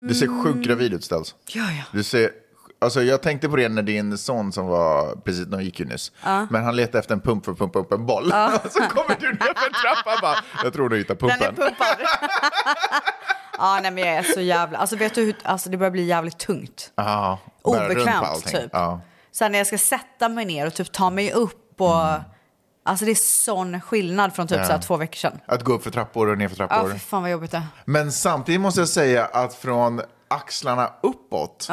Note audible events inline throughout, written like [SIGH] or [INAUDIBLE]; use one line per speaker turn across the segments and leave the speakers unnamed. Du ser sjukt gravid ut Stels.
Mm. Ja, ja.
Du ser, alltså jag tänkte på det när din son som var, precis, när han gick ju nyss, men han letade efter en pump för att pumpa upp en boll. Och [LAUGHS] så kommer du ner för en trappa och bara, jag tror du hittar
Den är
pumpen.
pumpad. [LAUGHS] ja, nej men jag är så jävla... Alltså vet du hur... Alltså det börjar bli jävligt tungt.
Ja, bära runt på
Obekvämt
allting.
typ.
Ja.
Sen när jag ska sätta mig ner och typ ta mig upp och...
Mm.
Alltså det är sån skillnad från typ så här två veckor sedan.
Att gå upp för trappor och ner för
Ja,
trappor.
för fan vad jobbigt det är.
Men samtidigt måste jag säga att från axlarna uppåt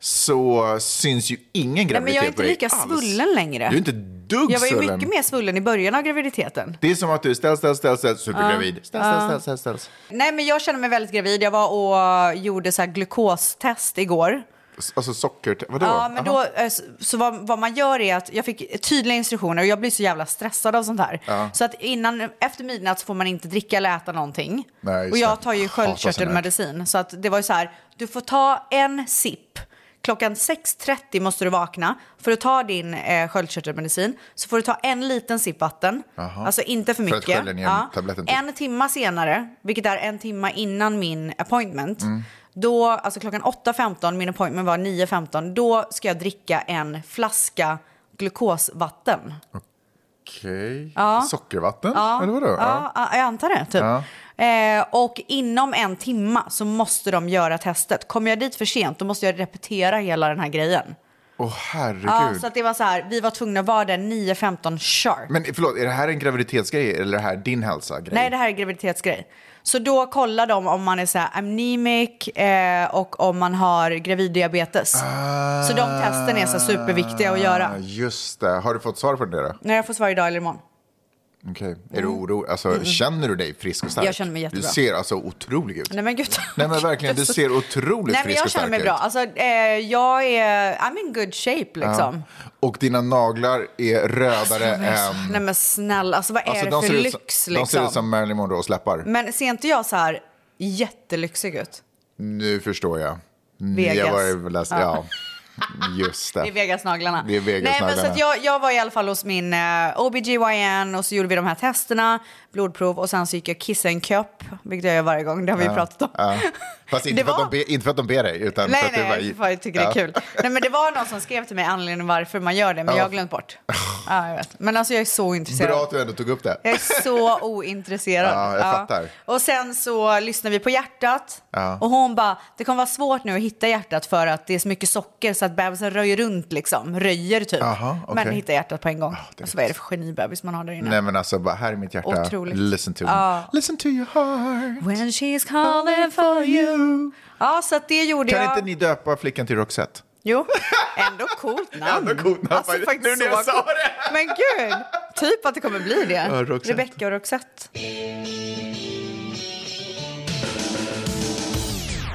så syns ju ingen
Nej, men
graviditet
jag är inte
på dig
lika
alls.
svullen längre.
Du är inte dugg
Jag var ju
svullen.
mycket mer svullen i början av graviditeten.
Det är som att du ställs, ställs, ställs, ställs, supergravid. Ställs, ställs, ställs, ställs, ställs.
Nej men jag känner mig väldigt gravid. Jag var och gjorde så här glukostest igår.
S- Alltså socker, vadå?
Ja, men
Aha.
då, eh, s- så vad, vad man gör är att jag fick tydliga instruktioner och jag blir så jävla stressad av sånt här. Så att innan, efter midnatt så får man inte dricka eller äta någonting.
Nej, just
och jag
det.
tar ju
Hatar
sköldkörtelmedicin. Så att det var ju så här, du får ta en sipp. Klockan 6.30 måste du vakna för att ta din eh, sköldkörtelmedicin. Så får du ta en liten sipp vatten, alltså inte för
För att
mycket.
skölja ner tabletten, typ.
En en timma senare, vilket är en timma innan min appointment,
Mm.
då, alltså klockan 8.15, min appointment var 9.15, då ska jag dricka en flaska glukosvatten.
Okej. Sockervatten? Eller vadå? Ja.
Ja, jag antar det. Typ. Eh, och inom en timma så måste de göra testet. Kommer jag dit för sent då måste jag repetera hela den här grejen.
Åh
Ja,
herregud.
så att det var så här, vi var tvungna att vara där 9.15 sharp.
Men förlåt, är det här en graviditetsgrej eller är det här din hälsa-grej?
Nej, det här är graviditetsgrej. Så då kollar de om man är så här anemic eh, och om man har graviddiabetes.
Ah.
Så de testen är så här superviktiga att göra.
Just det. Har du fått svar på det då?
När jag får svar idag eller imorgon.
Okej. Är du orolig? Alltså, Känner du dig frisk och stark?
Mm. Jag känner mig jättebra.
Du ser alltså otrolig ut.
Nej men gud.
Nej
[LAUGHS]
men verkligen, du ser otroligt
Nej men
frisk
jag
och
känner
stark
mig bra.
ut. Ah.
Alltså, eh, jag är, I'm in good shape liksom.
Och dina naglar är
Alltså,
rödare än...
Nej men snälla, alltså vad är
Alltså,
det för
ut som,
lyx
de ser
liksom?
ut som Marilyn Monroes läppar.
Men ser inte jag så här jättelyxig ut?
Nu förstår jag.
Vegas.
Jag var ju läst, alltså- ja. Just
[LAUGHS] Det är
det.
Vegas-naglarna.
Det är Vegas-naglarna.
Nej, men så att jag, jag var i alla fall hos min eh, OBGYN och så gjorde vi de här testerna, blodprov och sen så gick jag kissa en kopp, vilket jag gör varje gång, det har vi pratat om.
Ja. Fast inte,
Det
för
var-
att de be, inte för att de ber dig, utan för
Nej,
att
nej,
du
för fan, jag tycker det är kul. Nej, men det var någon som skrev till mig anledningen varför man gör det, men jag har glömt bort. Ja, jag vet. Men alltså jag är så intresserad.
Bra att du ändå tog upp det.
Jag är
[LAUGHS]
så ointresserad.
Ja, jag fattar.
Och sen så lyssnar vi på hjärtat.
Ja.
Och hon bara, det kommer vara svårt nu att hitta hjärtat för att det är så mycket socker så att bebisen röjer runt liksom. Röjer typ.
Aha, okej. Ah,
Men hittar hjärtat på en gång.
det är
alltså vad är det för genibebis man har där inne?
Nej men alltså, bara här är mitt hjärta.
Otroligt.
Listen to me. Listen to your heart.
When she's calling for you. Ja, så att det gjorde
Kan
jag.
inte ni döpa flickan till Roxette?
Jo, ändå coolt
[LAUGHS]
namn.
Ändå coolt namn,
Alltså,
faktiskt.
faktiskt
Nu när jag
så
sa
coolt.
det.
Men gud, typ att det kommer bli det.
Ja, Roxette.
Rebecca och Roxette.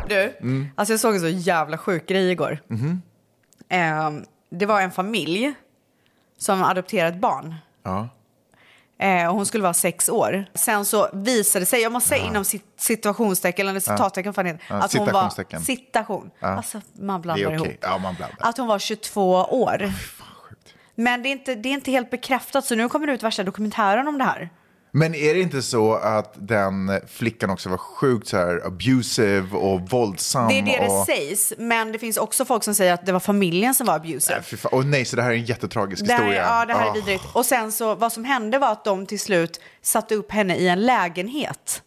Du,
Mm.
alltså jag såg en så jävla sjuk grej igår.
Mm-hmm.
Eh, det var en familj som adopterade ett barn.
Ja.
Eh, och hon skulle vara sex år. Sen så visade det sig, jag måste säga inom sit- situationstecken eller citattecken, vad fan heter det?
Ja,
att hon var
citationstecken.
citation. Alltså man blandar
Det är okej.
ihop.
Ja, man blandar.
Att hon var 22 år. Men det är, inte, det är inte helt bekräftat, så nu kommer det ut värsta dokumentären om det här.
Men är det inte så att den flickan också var sjukt så här abusive och våldsam?
Det är det
och...
det sägs, men det finns också folk som säger att det var familjen som var abusive.
Nej, Äh, fy fan. Åh nej, så det här är en jättetragisk
Det här,
historia.
ja, det här är
Ah.
vidrigt. Och sen så, vad som hände var att de till slut satte upp henne i en lägenhet.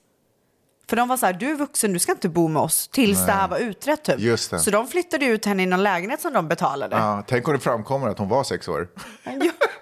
För de var så här, du är vuxen, du ska inte bo med oss tills det här var utrett typ.
Just det.
Så de flyttade ut henne i någon lägenhet som de betalade.
Ja, tänk om det framkommer att hon var sex år.
Ja,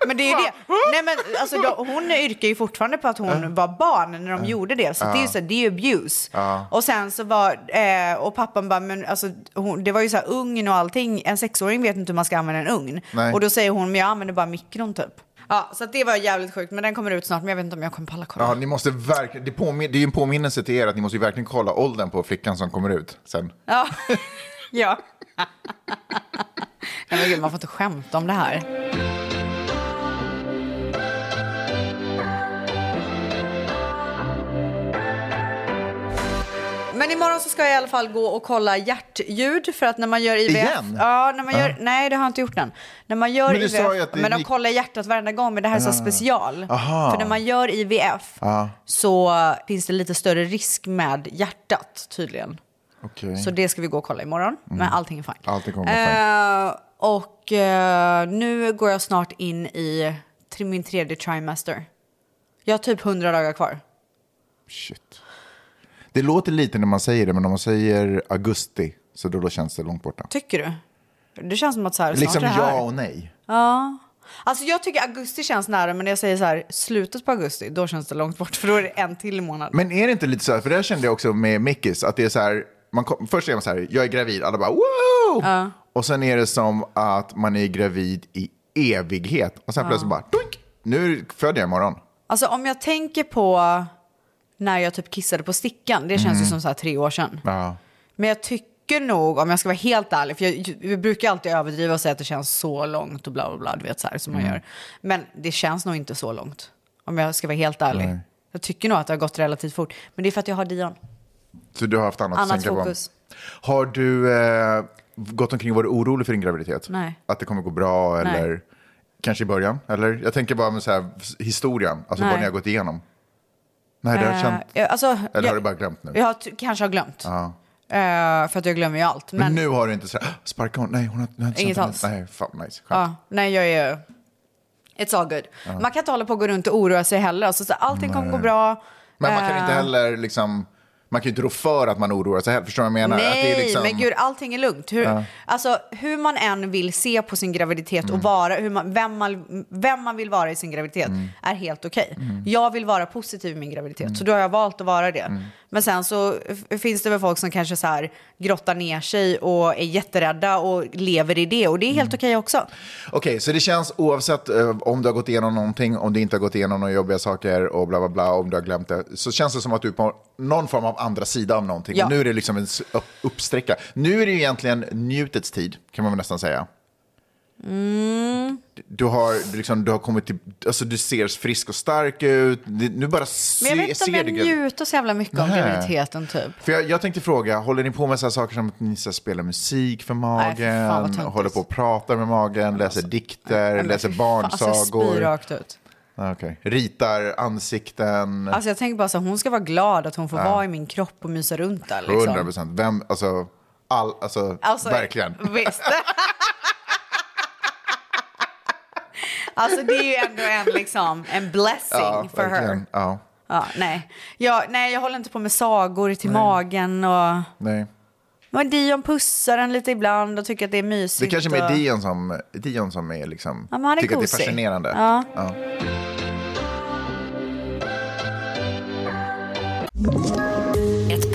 men det är ju det. Nej, men, alltså, då, hon yrkar ju fortfarande på att hon var barn när de gjorde det. Så det är ju så här, det är ju abuse. Och sen så var, eh, och pappan bara, men alltså, hon, det var ju så här ugn och allting. En sexåring vet inte hur man ska använda en ugn.
Nej.
Och då säger hon, men jag använder bara mikron typ. Ja, så att det var jävligt sjukt, men den kommer ut snart. Men jag vet inte om jag kommer palla kolla.
Ja, ni måste verkligen, det, påmin- det är ju en påminnelse till er att ni måste ju verkligen kolla åldern på flickan som kommer ut sen.
Ja. ja. Nej men gud, man får inte skämta om det här. Men imorgon så ska jag i alla fall gå och kolla hjärtljud för att när man gör IVF...
Igen?
Ja, när man gör, nej det har jag inte gjort än. När man gör
Men du
IVF,
sa ju att det
men de
gick- Ah.
kollar hjärtat varenda gång men det här är så special.
Aha.
För när man gör IVF så finns det lite större risk med hjärtat tydligen.
Okej.
Så det ska vi gå och kolla imorgon. Men allting är fine.
Allting Mm. kommer vara
Eh, och eh, nu går jag snart in i tri- min tredje trimester. Jag har typ 100 dagar kvar.
Shit. Det låter lite när man säger det, men om man säger augusti så då, då känns det långt borta.
Tycker du? Det känns som att så här, snart
Liksom
är det här.
ja och nej.
Ja. Alltså jag tycker augusti känns nära, men när jag säger så här, slutet på augusti, då känns det långt bort, [LAUGHS] för då är det en till månad.
Men är det inte lite så här, för det här kände jag också med Mickis, att det är så här, man kom, först är man så här, jag är gravid, alla bara wow! Och sen är det som att man är gravid i evighet och sen plötsligt bara, doink, nu föder jag imorgon.
Alltså om jag tänker på när jag typ kissade på stickan, det känns
Mm.
ju som så här tre år sedan.
Ja.
Men jag tycker nog, om jag ska vara helt ärlig, för jag, jag brukar alltid överdriva och säga att det känns så långt och bla bla bla, du vet så här som
Mm.
man gör. Men det känns nog inte så långt, om jag ska vara helt ärlig.
Nej.
Jag tycker nog att det har gått relativt fort, men det är för att jag har Dion.
Så du har haft annat,
Annat
att tänka
fokus.
på. Har du eh, gått omkring och varit orolig för din graviditet?
Nej.
Att det kommer gå bra
Nej.
eller kanske i början? Eller? Jag tänker bara med så här, historien, alltså
Nej.
vad ni har gått igenom. Nej, det har jag känt.
Eh, jag- alltså,
Eller
jag,
har du bara glömt nu?
Jag har t- kanske har glömt. Eh, för att jag glömmer ju allt. Men,
Men nu har du inte så här, "Ah, sparka hon, nej hon har, hon har inte
Inget
känt
alls.
henne." Nej, fan nice, skönt.
Ja, nej, jag är... It's all good. Man kan inte hålla på och gå runt och oroa sig heller. Alltså, så allting kommer gå bra.
Men man kan
Eh,
inte heller liksom, man kan ju inte rå för att man oroar sig heller, förstår du vad jag menar? att
Nej,
det är liksom,
men gud, allting är lugnt. Hur, alltså, hur man än vill se på sin graviditet
Mm.
och vara, hur man, vem, man, vem man vill vara i sin graviditet
Mm.
är helt okej. Jag vill vara positiv i min graviditet, så då har jag valt att vara det.
Mm.
Men sen så f- finns det väl folk som kanske så här grottar ner sig och är jätterädda och lever i det och det är helt
Mm.
okej också.
Okej, så det känns oavsett eh, om du har gått igenom någonting, om du inte har gått igenom några jobbiga saker och bla bla bla, om du har glömt det, så känns det som att du är på någon form av andra sida av någonting.
Ja.
Och nu är det liksom en s- upp- uppsträcka. Nu är det ju egentligen njutets tid, kan man väl nästan säga.
Mm.
Du har, du liksom, du har kommit till, alltså du ser frisk och stark ut, Det- nu bara se,
Men jag vet inte om
ser
jag
du gravid-
njuter så jävla mycket av
Nej.
graviditeten typ.
För jag, jag tänkte fråga, håller ni på med så här saker som att ni så här spelar musik för magen,
för fan, vad töntigt. alltså,
håller på och pratar med magen, läser dikter,
Men
läser
fy fan, Alltså, jag spyr
barnsagor,
rakt ut.
Ah, okej. ritar ansikten?
Alltså jag tänker bara så här, hon ska vara glad att hon får vara i min kropp och mysa runt där liksom.
100 procent. Vem, alltså, all, alltså,
Alltså,
verkligen.
Visst. alltså det är ju ändå en, liksom, en blessing for her.
verkligen. Ja,
Ja, nej. Jag, nej, jag håller inte på med sagor till magen och...
nej.
Men Dion pussar en lite ibland och tycker att det är mysigt.
Det är kanske mer
och...
Dion som, Dion som är liksom,
Ja, men han är
tycker att det är
gosig.
fascinerande.
Ja.
Ja.
Ett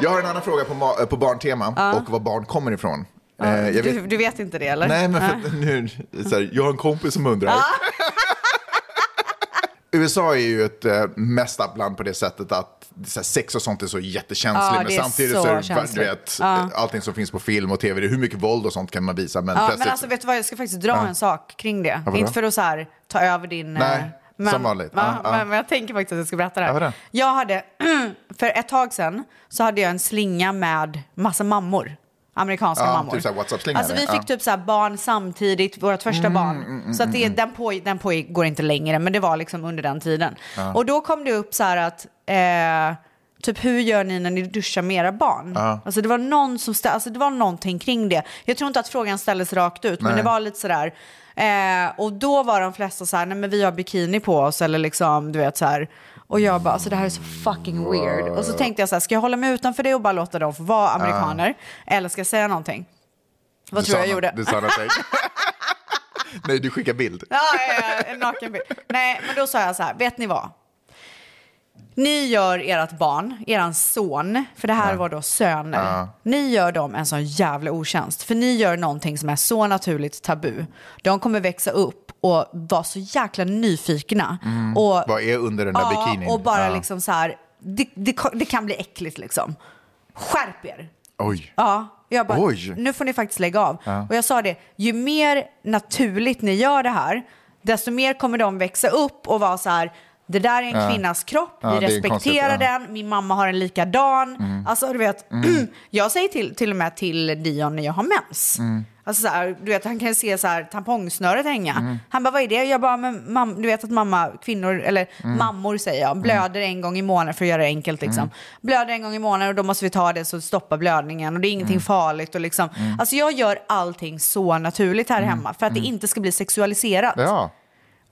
Jag har en annan fråga på, ma- på barntema och var barn kommer ifrån. Eh, jag vet-
Du, du vet inte det eller?
Nej, men för, att nu, så här, jag har en kompis som undrar. [LAUGHS] USA är ju ett eh, mest up land på det sättet att så här, sex och sånt är så jättekänsligt.
Ja, det
men
är
samtidigt
så
så, är det-
känsligt.
du vet, allting som finns på film och tv, det är hur mycket våld och sånt kan man visa. Men
Ja,
plötsligt,
men alltså vet du vad, jag ska faktiskt dra en sak kring det.
vadå?
Inte för att så här, ta över din...
Nej,
eh,
som vanligt.
Ja,
Ja,
men,
ja.
men jag tänker faktiskt att jag ska berätta det
Ja,
här.
vadå?
jag hade, [CLEARS THROAT] för ett tag sedan så hade jag en slinga med massa mammor. Amerikanska
Ja,
mammor.
typ så här WhatsApp-slinga,
alltså vi
eller?
fick
Ja.
typ så här barn samtidigt, vårt första
Mm,
barn. så att det, den, på, den pågår inte längre, men det var liksom under den tiden. Och då kom det upp så här att, eh, typ hur gör ni när ni duschar med era barn? Alltså det var någon som stä- alltså det var någonting kring det. Jag tror inte att frågan ställdes rakt ut, men
Nej.
det var lite sådär. Eh, och då var de flesta så här, nej men vi har bikini på oss eller liksom, du vet så här. Och jag bara, alltså det här är så fucking weird. Och så tänkte jag så här, ska jag hålla mig utanför det och bara låta dem få vara amerikaner? Eller ska jag säga någonting? Vad
du
tror
sa
jag
nå-
gjorde?
Du sa
[LAUGHS]
någonting. Nej, du skickar bild.
Ja, ja, ja, en nakenbild. Nej, men då sa jag så här, vet ni vad? Ni gör ert barn, eran son, för det här var då söner. Ni gör dem en sån jävla otjänst. För ni gör någonting som är så naturligt tabu. De kommer växa upp och vara så jäkla nyfikna. Och
Vad är under Mm. den där
Ja,
bikinin?
och bara
Ja.
liksom så här, det, det, det kan bli äckligt liksom. Skärp er.
Oj.
Ja, jag bara,
Oj.
nu får ni faktiskt lägga av. Och jag sa det, ju mer naturligt ni gör det här, desto mer kommer de växa upp och vara så här, det där är en kvinnas kropp,
Ja,
vi
det är konstigt,
respekterar
ja.
den, min mamma har en likadan. Alltså du vet, [CLEARS THROAT] jag säger till, till och med till Dion när jag har mens. Alltså så här, du vet, han kan se så här, tampongsnöret hänga. Han bara, vad är det? Jag bara, men mam- du vet att mamma, kvinnor, eller mammor säger jag, blöder en gång i månaden för att göra det enkelt. Liksom. Blöder en gång i månaden och då måste vi ta det så stoppar blödningen och det är ingenting farligt. Och liksom. Alltså jag gör allting så naturligt här hemma för att det inte ska bli sexualiserat.
Ja.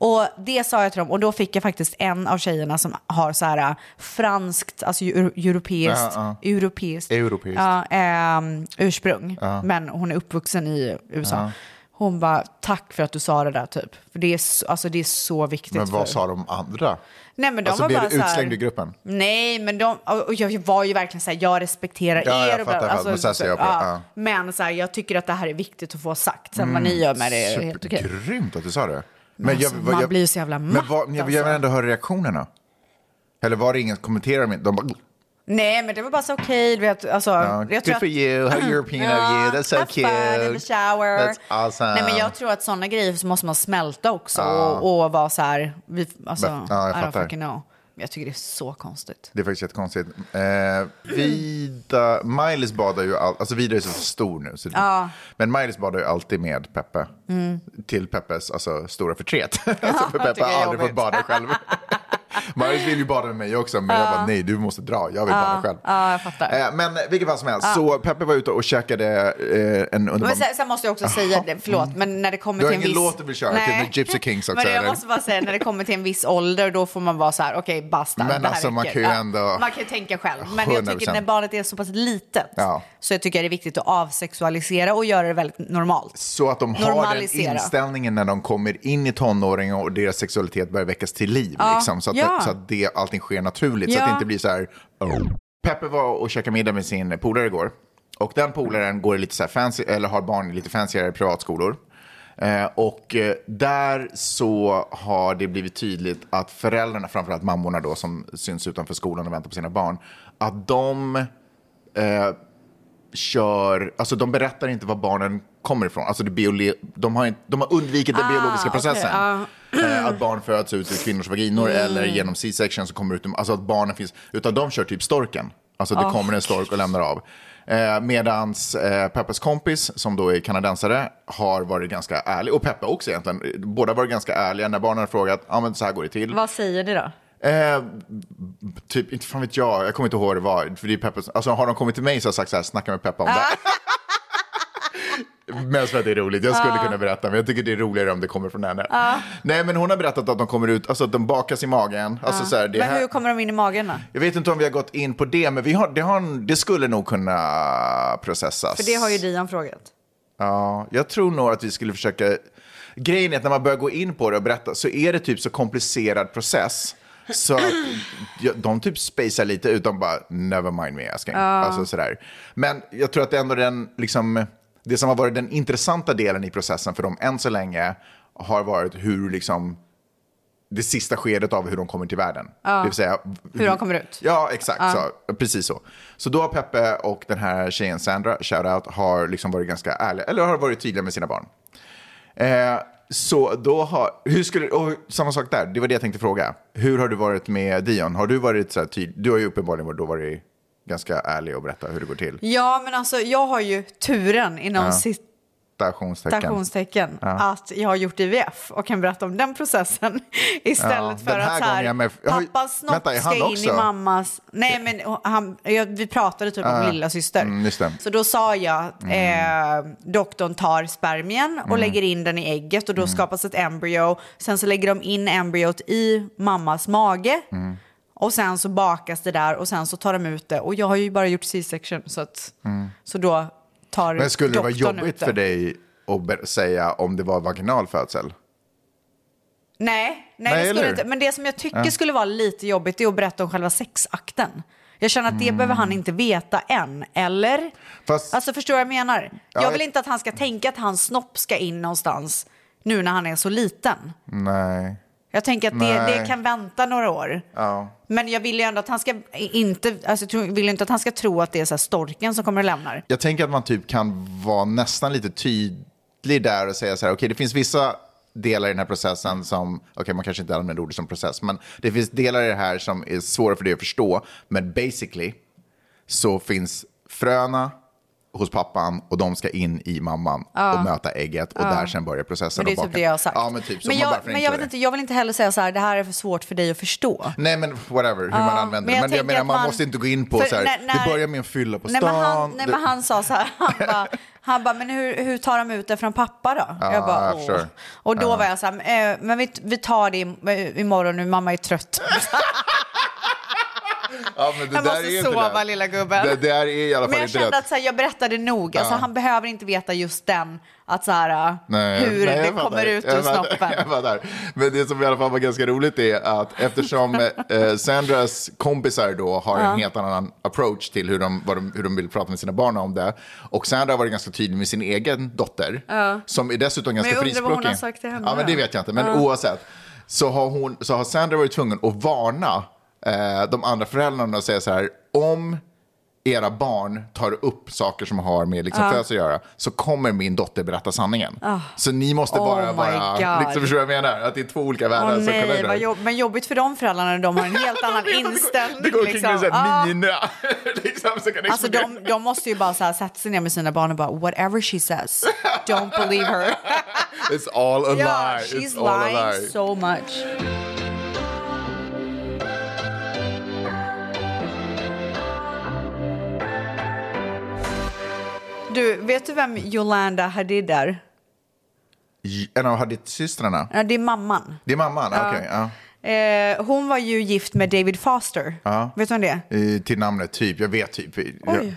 Och det sa jag till dem och då fick jag faktiskt en av tjejerna som har så här äh, franskt, alltså eu- europeiskt,
Ja,
europeiskt,
Europeiskt.
Ja, ehm, ursprung. Men hon är uppvuxen i USA. Hon bara, tack för att du sa det där typ. För det är så, alltså, det är så viktigt.
Men vad
för...
sa de andra?
Nej men de
Alltså,
var
blev
bara
du
så här-
utslängd i gruppen?
Nej men de, och och jag var ju verkligen så här, jag respekterar
Ja,
er.
jag
och
fattar,
bla- alltså,
men så här ser jag på det, ja. Mm,
Men så här, jag tycker att det här är viktigt att få sagt. Sen vad ni gör med det är helt okej.
Grymt att du sa det. Men
alltså, man blir så jävla
Men
matt,
vad, jag, jag
alltså.
vill ändå höra reaktionerna. Eller var det ingen som kommenterade? Med, de bara...
Nej men det var bara så okej, du vet. Alltså,
Ja,
jag
good
tror
for
att,
you, how European of you, that's so
have
cute.
fun in the shower.
That's awesome.
Nej, men jag tror att sådana grejer så måste man smälta också och, och vara så här, vi, alltså,
Men- ja, jag
I don't
fattar.
fucking know. Men jag tycker det är så konstigt.
Det är faktiskt jättekonstigt. Eh, Vida, Miley's badar ju alltid, alltså Vida är så stor nu. Så Men Miley's badar ju alltid med Peppe. Till Peppes alltså, stora
[LAUGHS]
förtret. alltså, för Peppe
Mm. tycker jag
har
är
aldrig fått
jobbigt.
bada
[LAUGHS]
själv. Miley's vill ju bada med mig också, men jag bara nej, du måste dra, jag vill bada själv.
ja, jag fattar.
Eh, men vilket fall som helst, så Peppe var ute och käkade eh, en underbar...
Men sen, sen måste jag också säga, det, förlåt, men när det kommer
Ah, mm. Du har
till en
ingen
viss...
låt du vill köra till The Gypsy Kings också,
[LAUGHS] men jag
eller?
måste bara säga, när det kommer till en viss ålder, då får man vara så här, okej, basta.
Men
det här
alltså, man
räcker.
kan ju ändå-
Ja, man kan ju tänka själv. Men jag tycker
100%.
när barnet är så pass litet,
Ja.
så jag tycker det är viktigt att avsexualisera och göra det väldigt normalt.
Så att de har den
Normalisera.
inställningen när de kommer in i tonåringen och deras sexualitet börjar väckas till liv. liksom, så att,
ja.
så att det, allting sker naturligt. Så att
Ja.
det inte blir så här... Oh. Peppe var och käkade middag med sin polare igår. Och den polaren går i lite så här fancy, eller har barn i lite fancyare privatskolor. Eh, och eh, där så har det blivit tydligt att föräldrarna, framförallt mammorna då som syns utanför skolan och väntar på sina barn, att de kör, alltså de berättar inte var barnen kommer ifrån. Alltså det biole- de, har inte, de har undvikit den biologiska processen. Eh, Att barn föds ut ur kvinnors vaginor eller genom C-section så kommer ut, alltså att barnen finns, utan de kör typ storken. Alltså det kommer en stork och lämnar av. Eh, medans eh, Peppes kompis, som då är kanadensare, har varit ganska ärlig, och Peppe också egentligen, båda har varit ganska ärliga när barnen har frågat, ja ah, men så här går det till.
Vad säger det då?
Eh, typ, inte fan vet jag, jag kommer inte ihåg vad det var. För det är Peppe, som- alltså, har de kommit till mig så har jag sagt så här, snacka med Peppa om
[LAUGHS]
det. Mest för att det är roligt, jag
Ah.
skulle kunna berätta men jag tycker det är roligare om det kommer från henne. Nej men hon har berättat att de kommer ut, alltså att de bakas i magen. Alltså, så här, det
Ah. Men
här,
hur kommer de in i magen då?
Jag vet inte om vi har gått in på det men vi har, det, har en, det skulle nog kunna processas.
För det har ju Dion frågat.
Ja, jag tror nog att vi skulle försöka... Grejen är att när man börjar gå in på det och berätta så är det typ så komplicerad process. Så att [CLEARS THROAT] ja, de typ spacear lite ut, de bara never mind me asking. Alltså sådär. Men jag tror att det ändå den, liksom, det som har varit den intressanta delen i processen för dem än så länge har varit hur liksom det sista skedet av hur de kommer till världen. Det vill säga
Hur de kommer ut.
Ja, exakt. Så, precis så. Så då har Peppe och den här tjejen Sandra, shoutout, har liksom varit ganska ärliga, eller har varit tydliga med sina barn. Eh, så då har, hur skulle, och samma sak där, det var det jag tänkte fråga. Hur har du varit med Dion? Har du varit så här tydlig? Du har ju uppenbarligen varit, då varit ganska ärlig och berättat hur det går till.
Ja, men alltså jag har ju turen inom sitt
Stationstecken.
citationstecken att jag har gjort IVF och kan berätta om den processen [LAUGHS]
Ja,
istället för
den här
att så
gången är
här,
jag med. Jag har ju-
pappas snopp
Vänta, är
ska
han
in
också?
i mammas... Nej, men han, jag, vi pratade typ om lilla syster.
Mm, just det. Mm.
Så då sa jag att eh, doktorn tar spermien och lägger in den i ägget och då
Mm.
skapas ett embryo. Sen så lägger de in embryot i mammas mage.
Mm.
Och sen så bakas det där och sen så tar de ut det. Och jag har ju bara gjort C-section så att... Så då tar
Mm. Men skulle det vara
doktorn ut
jobbigt
det.
för dig att be- säga om det var vaginal födsel?
Nej, nej,
Nej,
det skulle
eller?
inte. men det som jag tycker skulle vara lite jobbigt det är att berätta om själva sexakten. Jag känner att
Mm.
det behöver han inte veta än, eller?
Fast-
Alltså förstår vad jag menar?
jag-
jag vill inte att han ska tänka att hans snopp ska in någonstans nu när han är så liten.
Nej.
Jag tänker att det,
Nej.
det kan vänta några år.
Ja.
Men jag vill ju ändå att han ska inte, alltså, jag tror- vill ju inte att han ska tro att det är så här storken som kommer och lämnar.
Jag tänker att man typ kan vara nästan lite tydlig där och säga så här, okej det finns vissa delar i den här processen som, okej man kanske inte använder ordet som process, men det finns delar i det här som är svåra för dig att förstå, men basically så finns fröna hos pappan och de ska in i mamman och möta ägget och där sen börjar processen.
Men det är
och
typ
baka-
det jag har sagt.
Ja, men typ så.
men
Man
jag,
bara förenklar
men jag, vet
det.
inte, jag vill inte heller säga så här, det här är för svårt för dig att förstå.
Nej men whatever, hur man använder
men
det.
jag
Men jag
tänker
menar
att
man
man-
måste inte gå in på
för
så här,
när- när-
det börjar med en fylla på
Nej
stan.
men, han, nej,
det-
men han sa så här, han
[LAUGHS]
bara, han bara men hur, hur tar de ut det från pappa då? jag bara,
jag
"Åh."
förstår.
Och då var jag så här, eh, men vi, vi tar det im- imorgon nu, mamma
[LAUGHS]
är trött.
Ja, men det
Jag
där
måste
är inte
sova,
det.
lilla gubben.
Det där är i alla fall
Men jag
inte
kände
rätt.
att så här, jag berättade nog, alltså, han behöver inte veta just den, att så här, eh,
Nej,
hur
nej, jag
det
fattar.
kommer ut ur
Jag fattar,
snoppen.
[LAUGHS] Jag fattar. Men det som i alla fall var ganska roligt är att eftersom eh, Sandras kompisar då har en helt annan approach till hur de, vad de, hur de vill prata med sina barn om det. Och Sandra har varit ganska tydlig med sin egen dotter. Som är dessutom ganska
jag undrar vad hon
frispråkig.
har sagt till henne
Ja, men det
då.
vet jag inte. Men oavsett så har, hon, så har Sandra varit tvungen att varna eh, de andra föräldrarna och säga så här. Om era barn tar upp saker som har med liksom födelse att göra så kommer min dotter berätta sanningen. Så ni måste
Oh
bara
my
vara...
God.
Liksom, förstår du vad jag menar? Att det är två olika
Åh
världar som
nej,
kolliderar.
vad jobb men jobbigt för de föräldrarna,
[LAUGHS]
de har en helt annan inställning.
Det går omkring
liksom.
med en sån
Ja.
här mina. [LAUGHS] liksom, så kan det
Alltså
explodera.
de, de måste ju bara så här, sätta sig ner med sina barn och bara whatever she says, don't
[LAUGHS]
believe her.
It's all a
Ja,
lie.
she's
It's all a lie.
lying so much. Du, vet du vem Yolanda Hadid är?
En av Hadid-systrarna.
Ja, det är mamman.
Det är mamman? Okej. ja.
Eh, hon var ju gift med David Foster. Vet du vem det är?
Eh, Till namnet typ. Jag vet typ.
Oj.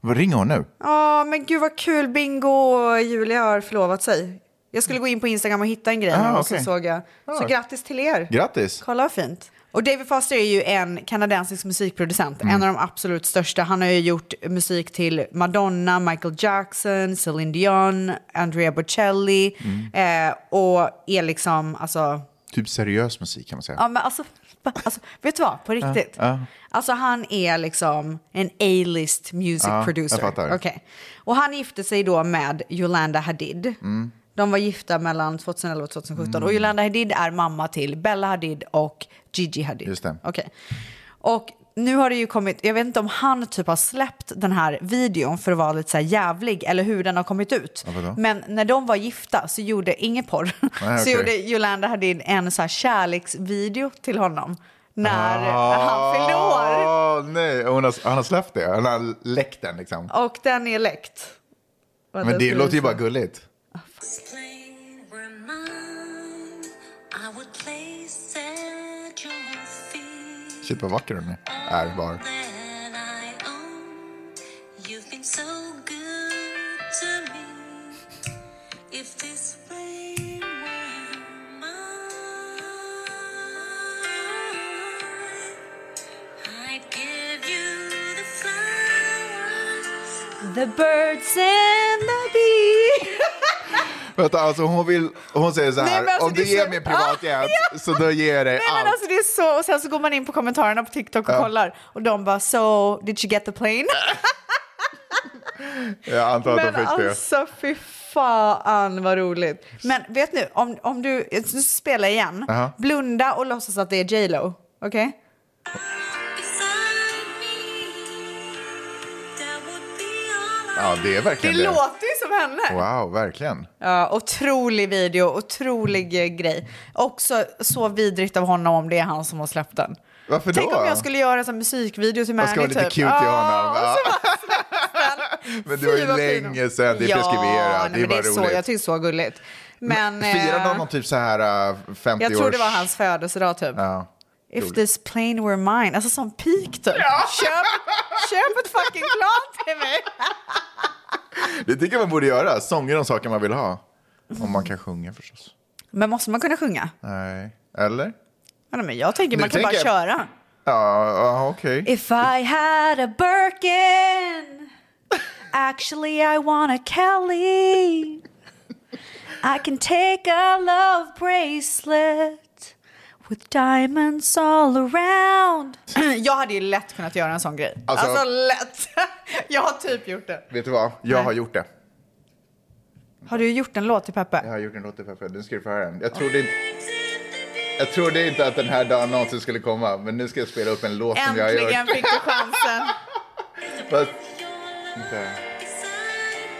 Vad ringer hon nu?
Ja, men gud vad kul. Bingo och Julia har förlovat sig. Jag skulle gå in på Instagram och hitta en grej
Ah,
och
okej.
så såg jag. Så
Ah.
grattis till er.
Grattis.
Kolla vad fint. Och David Foster är ju en kanadensisk musikproducent,
Mm.
en av de absolut största. Han har ju gjort musik till Madonna, Michael Jackson, Celine Dion, Andrea Bocelli
Mm.
eh, och är liksom, alltså,
Typ seriös musik kan man säga.
ja men alltså, alltså vet du vad, på riktigt. Alltså han är liksom en A-list music
jag
producer.
fattar.
Okej. Och han gifte sig då med Yolanda Hadid.
Mm.
De var gifta mellan 2011 och 2017. Och Yolanda Hadid är mamma till Bella Hadid och Gigi Hadid.
Just det.
Okej. Och nu har det ju kommit, jag vet inte om han typ har släppt den här videon för att vara lite så här jävlig eller hur den har kommit ut.
vadå?
Men när de var gifta så gjorde, ingen [LAUGHS] porr,
Nej,
så
okej.
gjorde Yolanda Hadid en så här kärleksvideo till honom när
Ah.
han fyllde år.
Åh, Ah, nej. Hon har, han har släppt det. Han har läckt den liksom.
Och den är läckt.
Men det låter ju bara gulligt.
plane were mine, I would place at your feet
Shit vad vacker den är. Var.
that I own. You've been so good to me. If this plane were mine, I'd give you the flowers.
The birds and the bee.
Vänta, alltså hon, vill, hon säger så här,
Nej, men alltså
om du
det
ger
är-
mig privatjet så då ger jag dig
[LAUGHS] Nej, men
allt.
alltså det är så, och sen så går man in på kommentarerna på TikTok och kollar och de bara so did you get the plane?
jag antar att
alltså- Men
hon fick det.
alltså fy fan vad roligt. Men vet nu, om, om du, nu spelar jag igen,
Aha.
blunda och låtsas att det är J Lo, okej?
beside me. That would be all
Ja,
I
det är
Det
verkligen det.
låter ju som henne.
Wow, verkligen.
Ja, otrolig video, otrolig eh, grej. Också så vidrigt av honom om det är han som har släppt den.
Varför
Tänk
då?
om jag skulle göra en sån musikvideo till Mani
Jag ska vara lite
typ.
cute i honom.
Ja, och
Ja.
så bara släpps den.
[LAUGHS] Men det var ju
Fy, vad fin.
länge sedan, det är preskriberat.
nej,
Det är
men
bara
är så,
roligt.
Jag tycker det är så gulligt. Men,
Firade
eh,
honom typ så här äh, 50
Jag
års...
tror det var hans födelsedag typ.
Ja.
If this plane were mine. Alltså som peak typ. Köp, köp ett fucking plan till
[LAUGHS]
mig.
Det tycker jag man borde göra. Sånger om saker man vill ha. Om man kan sjunga förstås.
Men måste man kunna sjunga?
Nej. Eller?
Ja, Men jag tänker
Nu
man kan bara
tänker jag-
köra.
Ja, ja, okej.
If I had a Birkin Actually I want a Kelly I can take a love bracelet
with diamonds all around.
[CLEARS THROAT] Jag hade ju lätt kunnat göra en sån grej.
Alltså-
Alltså, lätt. [LAUGHS] Jag har typ gjort det.
Vet du vad? Jag har gjort det.
Har du gjort en låt till
Jag
Peppe?
har gjort en låt till Peppe. Nu ska du få höra den. Jag trodde, inte, jag trodde inte att den här dagen någonsin skulle komma, men nu ska jag spela upp en låt som alltså, jag har
Äntligen
gjort.
fick du chansen.
Fast, Vänta.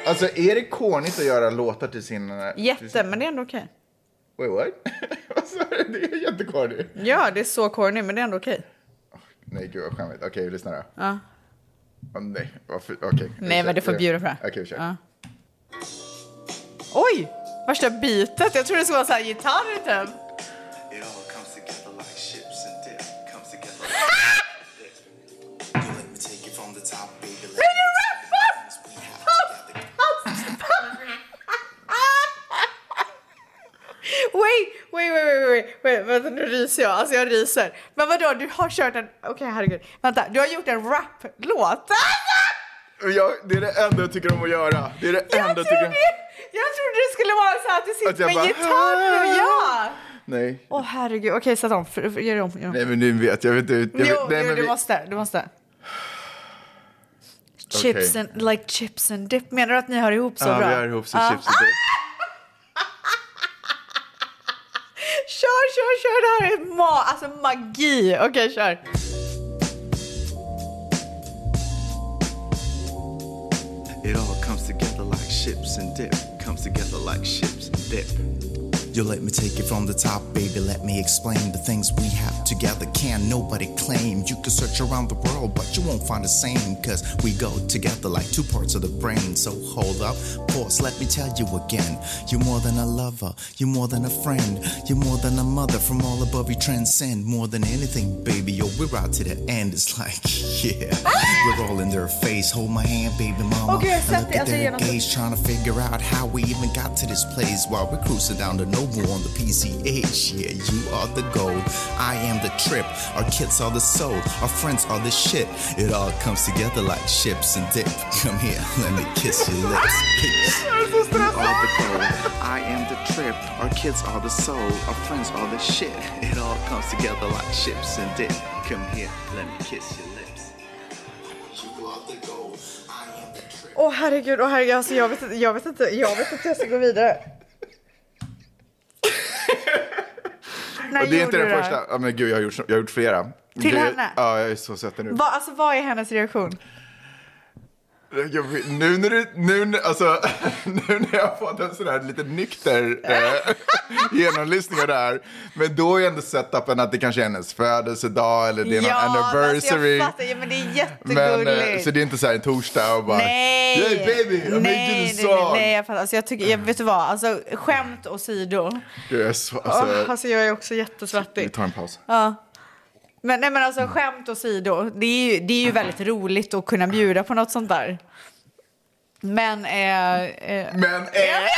alltså, är det kornigt att göra låtar till sin... eh, till
Jätte,
sin-
men det är ändå okej.
Wait, what? [LAUGHS] Vad sa du? Det är jättekornigt.
Ja, det är så corny, men det är ändå okej.
Nej, gud vad skämmigt. Okej, lyssna då. Ja. nej, varför? Okej. vi
Nej,
kör.
men du får bjuda på det.
Okej, vi kör.
Ja. Oj! Värsta bitet. Jag trodde det skulle vara så här gitarr typ. [LAUGHS] Wait, wait, wait, wait, wait, wait, vänta nu ryser jag, alltså jag ryser. Men vadå, du har kört en, okej herregud, vänta, du har gjort en rap-låt.
Och Jag, det är det enda jag tycker om att göra. Det är det
Jag
enda
trodde,
jag tycker om.
jag trodde det skulle vara så här att du
Att
sitter
jag
med
bara,
en gitarr och ja.
Nej.
Åh herregud, okej sätt om, För- för- gör om, gör om.
Nej, men nu vet jag. vet inte. jag vet,
Jo,
nej,
jo
men
du
vi-
måste, du måste.
Okej.
Chips and, like chips and dip, menar du att ni hör ihop så
Ja,
bra?
vi har ihop så chips och dip.
Kör, kör, kör, det här är ma- alltså magi. Okej, kör.
It all comes together like ships and dip. Comes together like ships and dip. You let me take it from the top, baby. Let me explain the things we have together. Can nobody claim? You can search around the world, but you won't find the same. Cause we go together like two parts of the brain. So hold up, pause, let me tell you again. You're more than a lover, you're more than a friend, you're more than a mother. From all above, you transcend more than anything, baby. Yo, we're out to the end. It's like, [LAUGHS] yeah, we're all in their face. Hold my hand, baby mama.
Okay,
and
accept
look
it.
at
I'll say
their
it.
gaze, trying to figure out how we even got to this place while we're cruising down the Noble on the PCH. Yeah, you are the gold, I am the trip. Our kids are the soul, our friends are the shit. It all comes together like ships and dip. [LAUGHS] Come here, let me kiss your lips.
[LAUGHS]
Peace. You are the gold, I am the trip. Our kids are the soul, our friends are the shit. It all comes together like ships and dip. Come here, let me kiss your lips. You are the gold, I am the trip.
Åh herregud, åh herregud, alltså, jag, vet inte, jag vet inte, jag vet inte hur jag ska gå
[LAUGHS]
vidare. När
Och det är
gjorde
inte
du
den
här?
första. Ja, men gud, jag har gjort, så- jag har gjort flera.
Till
det,
henne?
Ja, jag är så sött nu.
Va, alltså, vad är hennes reaktion?
Jag, nu när du, nu, när- alltså, [LAUGHS] nu när jag har fått en sån här lite nykter eh, [LAUGHS] genomlyssning av det här. Men då är ändå setupen att det kanske är hennes födelsedag eller det är någon anniversary.
Alltså, jag fattar, ja, men det är
Men,
jättegulligt.
eh, så det är inte så här en torsdag och bara
Nej!
Yay baby, I made you the
nej, nej, nej,
song.
nej, jag fattar. Alltså, jag tycker, jag, vet du vad, alltså, skämt åsido.
Du är så, alltså,
Alltså, alltså, jag är också
vi
jättesvettig.
tar en paus.
Men, nej, men alltså, skämt åsido, det är, ju, det är ju väldigt roligt att kunna bjuda på något sånt där. Men... Eh, eh,
Men eh,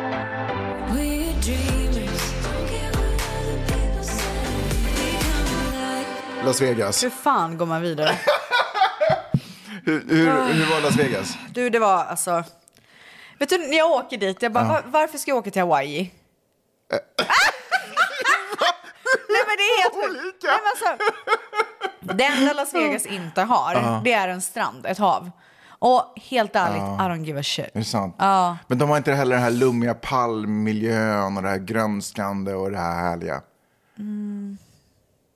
We're dreamers. Don't care what other people say. We come alive.
Las Vegas.
hur fan går man vidare?
Hur, hur, hur var Las Vegas?
Du, det var alltså... Vet du, när jag åker dit, jag bara, "Va- varför ska jag åka till Hawaii? Nej men det är helt sjukt. Nej, men alltså, Det enda Las Vegas inte har, det är en strand, ett hav. Och helt ärligt, I don't give a shit.
Är det sant? Men de har inte heller den här lummiga palmmiljön och det här grönskande och det här härliga.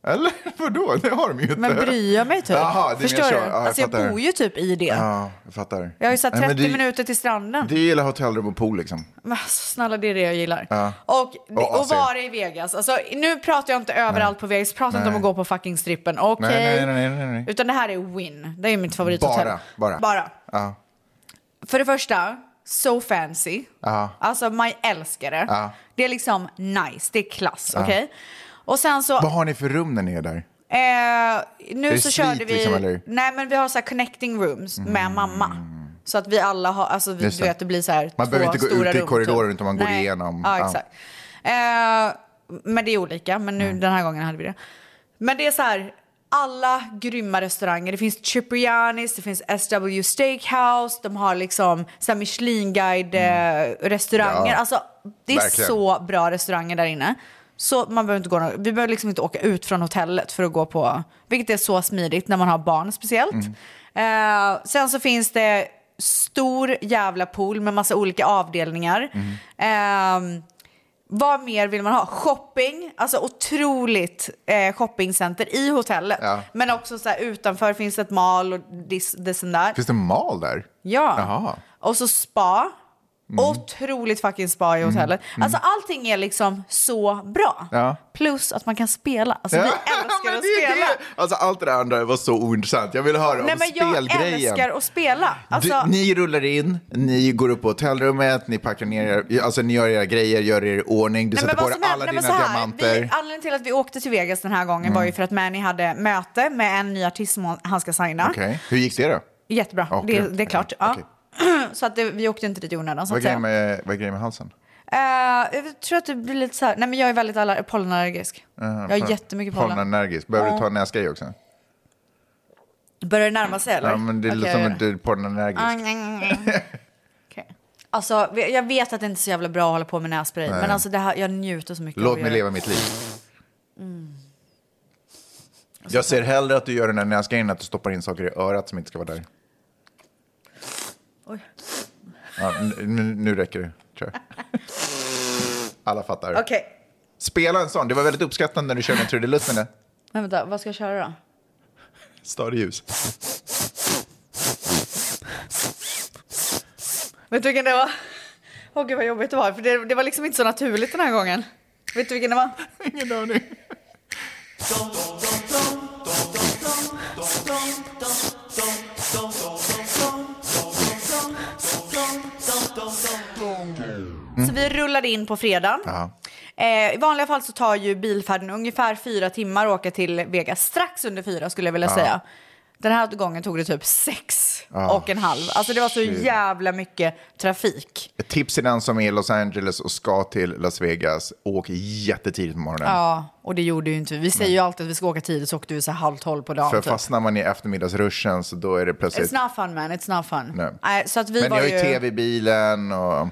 Eller [LAUGHS] vadå? Det har de ju inte.
Mm. Men bryr jag mig typ?
Jaha, det är mer
Förstår
så.
du?
Ja, jag
alltså jag
fattar.
bor ju typ i det.
Ja, jag fattar.
Jag har ju så här
Nej,
30
men det-
minuter till stranden.
Det gillar hotellrum och pool liksom.
Men alltså, snälla, det är det jag gillar. Och,
Och
och,
Asien.
vara i Vegas. Alltså, nu pratar jag inte överallt på Vegas, pratar inte om att gå på fucking strippen. Okej.
Nej, nej, nej, nej, nej.
Utan det här är win. Det är mitt favorithotell.
Bara, bara.
Bara.
Ja.
För det första, so fancy. Alltså, man älskar det. Det är liksom nice, det är klass, okej? Och sen så...
Vad har ni för rum när ni är där?
Eh,
Är
nu
det
så
split,
körde vi...
liksom, eller? Mm.
nej, men vi har så här connecting rooms med mamma. Så att vi alla har, alltså vi,
Just
du
det.
vet det blir så här
Man
två
behöver inte gå
stora
ut i
rum, typ.
korridoren, utan man går
Nej.
igenom. Ja.
Ja, exakt.
Mm.
Eh, men det är olika, men nu den här gången hade vi det. Men det är så här, alla grymma restauranger. Det finns Ciprianis, det finns SW Steakhouse, de har liksom så här Michelin-guide-restauranger.
Mm. Ja.
Alltså, det är
Verkligen.
så bra restauranger där inne. Så man behöver inte gå, nå- vi behöver liksom inte åka ut från hotellet för att gå på, vilket är så smidigt när man har barn speciellt.
Mm.
Eh, sen så finns det stor jävla pool med massa olika avdelningar.
Mm.
Ehm, vad mer vill man ha? Shopping, alltså otroligt eh, shoppingcenter i hotellet.
Ja.
Men också så här, utanför finns ett mall och this, this and that.
Finns det mal där?
Ja.
Jaha. Mm.
Och så spa. Otroligt fucking spa i hotellet. Alltså allting är liksom så bra.
Ja.
Plus att man kan spela. Alltså vi
[LAUGHS]
älskar
Men
att
det är
spela.
det. Alltså allt det där andra var så ointressant. Jag vill höra
Nej
om
men jag
spelgrejen.
älskar att spela. Alltså,
Du, ni rullar in, ni går upp på hotellrummet, ni packar ner er, alltså ni gör era grejer, gör er i ordning, du
Nej,
sätter
men
på
vad
dig
som
alla
hände- nej, men
dina
så här,
diamanter. Mm.
Vi, anledningen till att vi åkte till Vegas den här gången var ju för att Manny hade möte med en ny artist som hon- han ska signa.
Okej, hur gick det då?
Jättebra,
Ja,
det,
grymt.
det är klart.
Ja,
Ja.
okej.
[CLEARS THROAT] Så att det, vi åkte inte dit i onödan. Så
Vad
att
är grejen
säga.
med, vad är grejen med halsen?
Eh, jag tror att det blir lite så här, nej men jag är väldigt aller- pollenallergisk. jag har jättemycket pollen.
Pollenallergisk. Behöver du
Ja.
ta näsgrej också?
Börjar det närma sig eller?
Ja, men det är
Okej,
lite som
jag
att du är pollenallergisk. [LAUGHS]
gör det. Okej. Alltså, vi- jag vet att det inte är så jävla bra att hålla på med nässpray, men alltså det här, jag Mm. njuter så mycket av
Låt
att
mig
göra
leva mitt liv. Jag ser hellre att du gör den här näsgrejen än att du stoppar in saker i örat som inte ska vara där.
Oj.
Ja, nu, nu räcker det, tror
[LAUGHS]
jag. Alla fattar.
det. Okej,
Spela en sån. Det var väldigt uppskattande när du körde en trudelutt med det.
men vänta, vad ska jag köra då?
Stad i ljus.
Vet du vilken det var? [LAUGHS] Åh gud vad jobbigt det var, för det, det var liksom inte så naturligt den här gången. Vet du vilken det var?
Ingen aning.
Så
Mm.
vi rullade in på fredagen. Eh, I vanliga fall så tar ju bilfärden ungefär fyra timmar att åka till Vegas. Strax under fyra skulle jag vilja säga. Den här gången tog det typ sex och en halv. Alltså det var så
shit.
jävla mycket trafik.
Ett tips till den som är i Los Angeles och ska till Las Vegas. Åk jättetidigt på morgonen.
Ja, och det gjorde ju inte vi. Vi säger ju alltid att vi ska åka tidigt så åkte vi så här halv tolv på dagen.
För
typ.
fastnar man i eftermiddagsruschen så då är det plötsligt...
It's not fun man, it's not fun.
Nej.
så att vi
Men ni
var
har ju
ju...
tv i bilen
[LAUGHS]
och...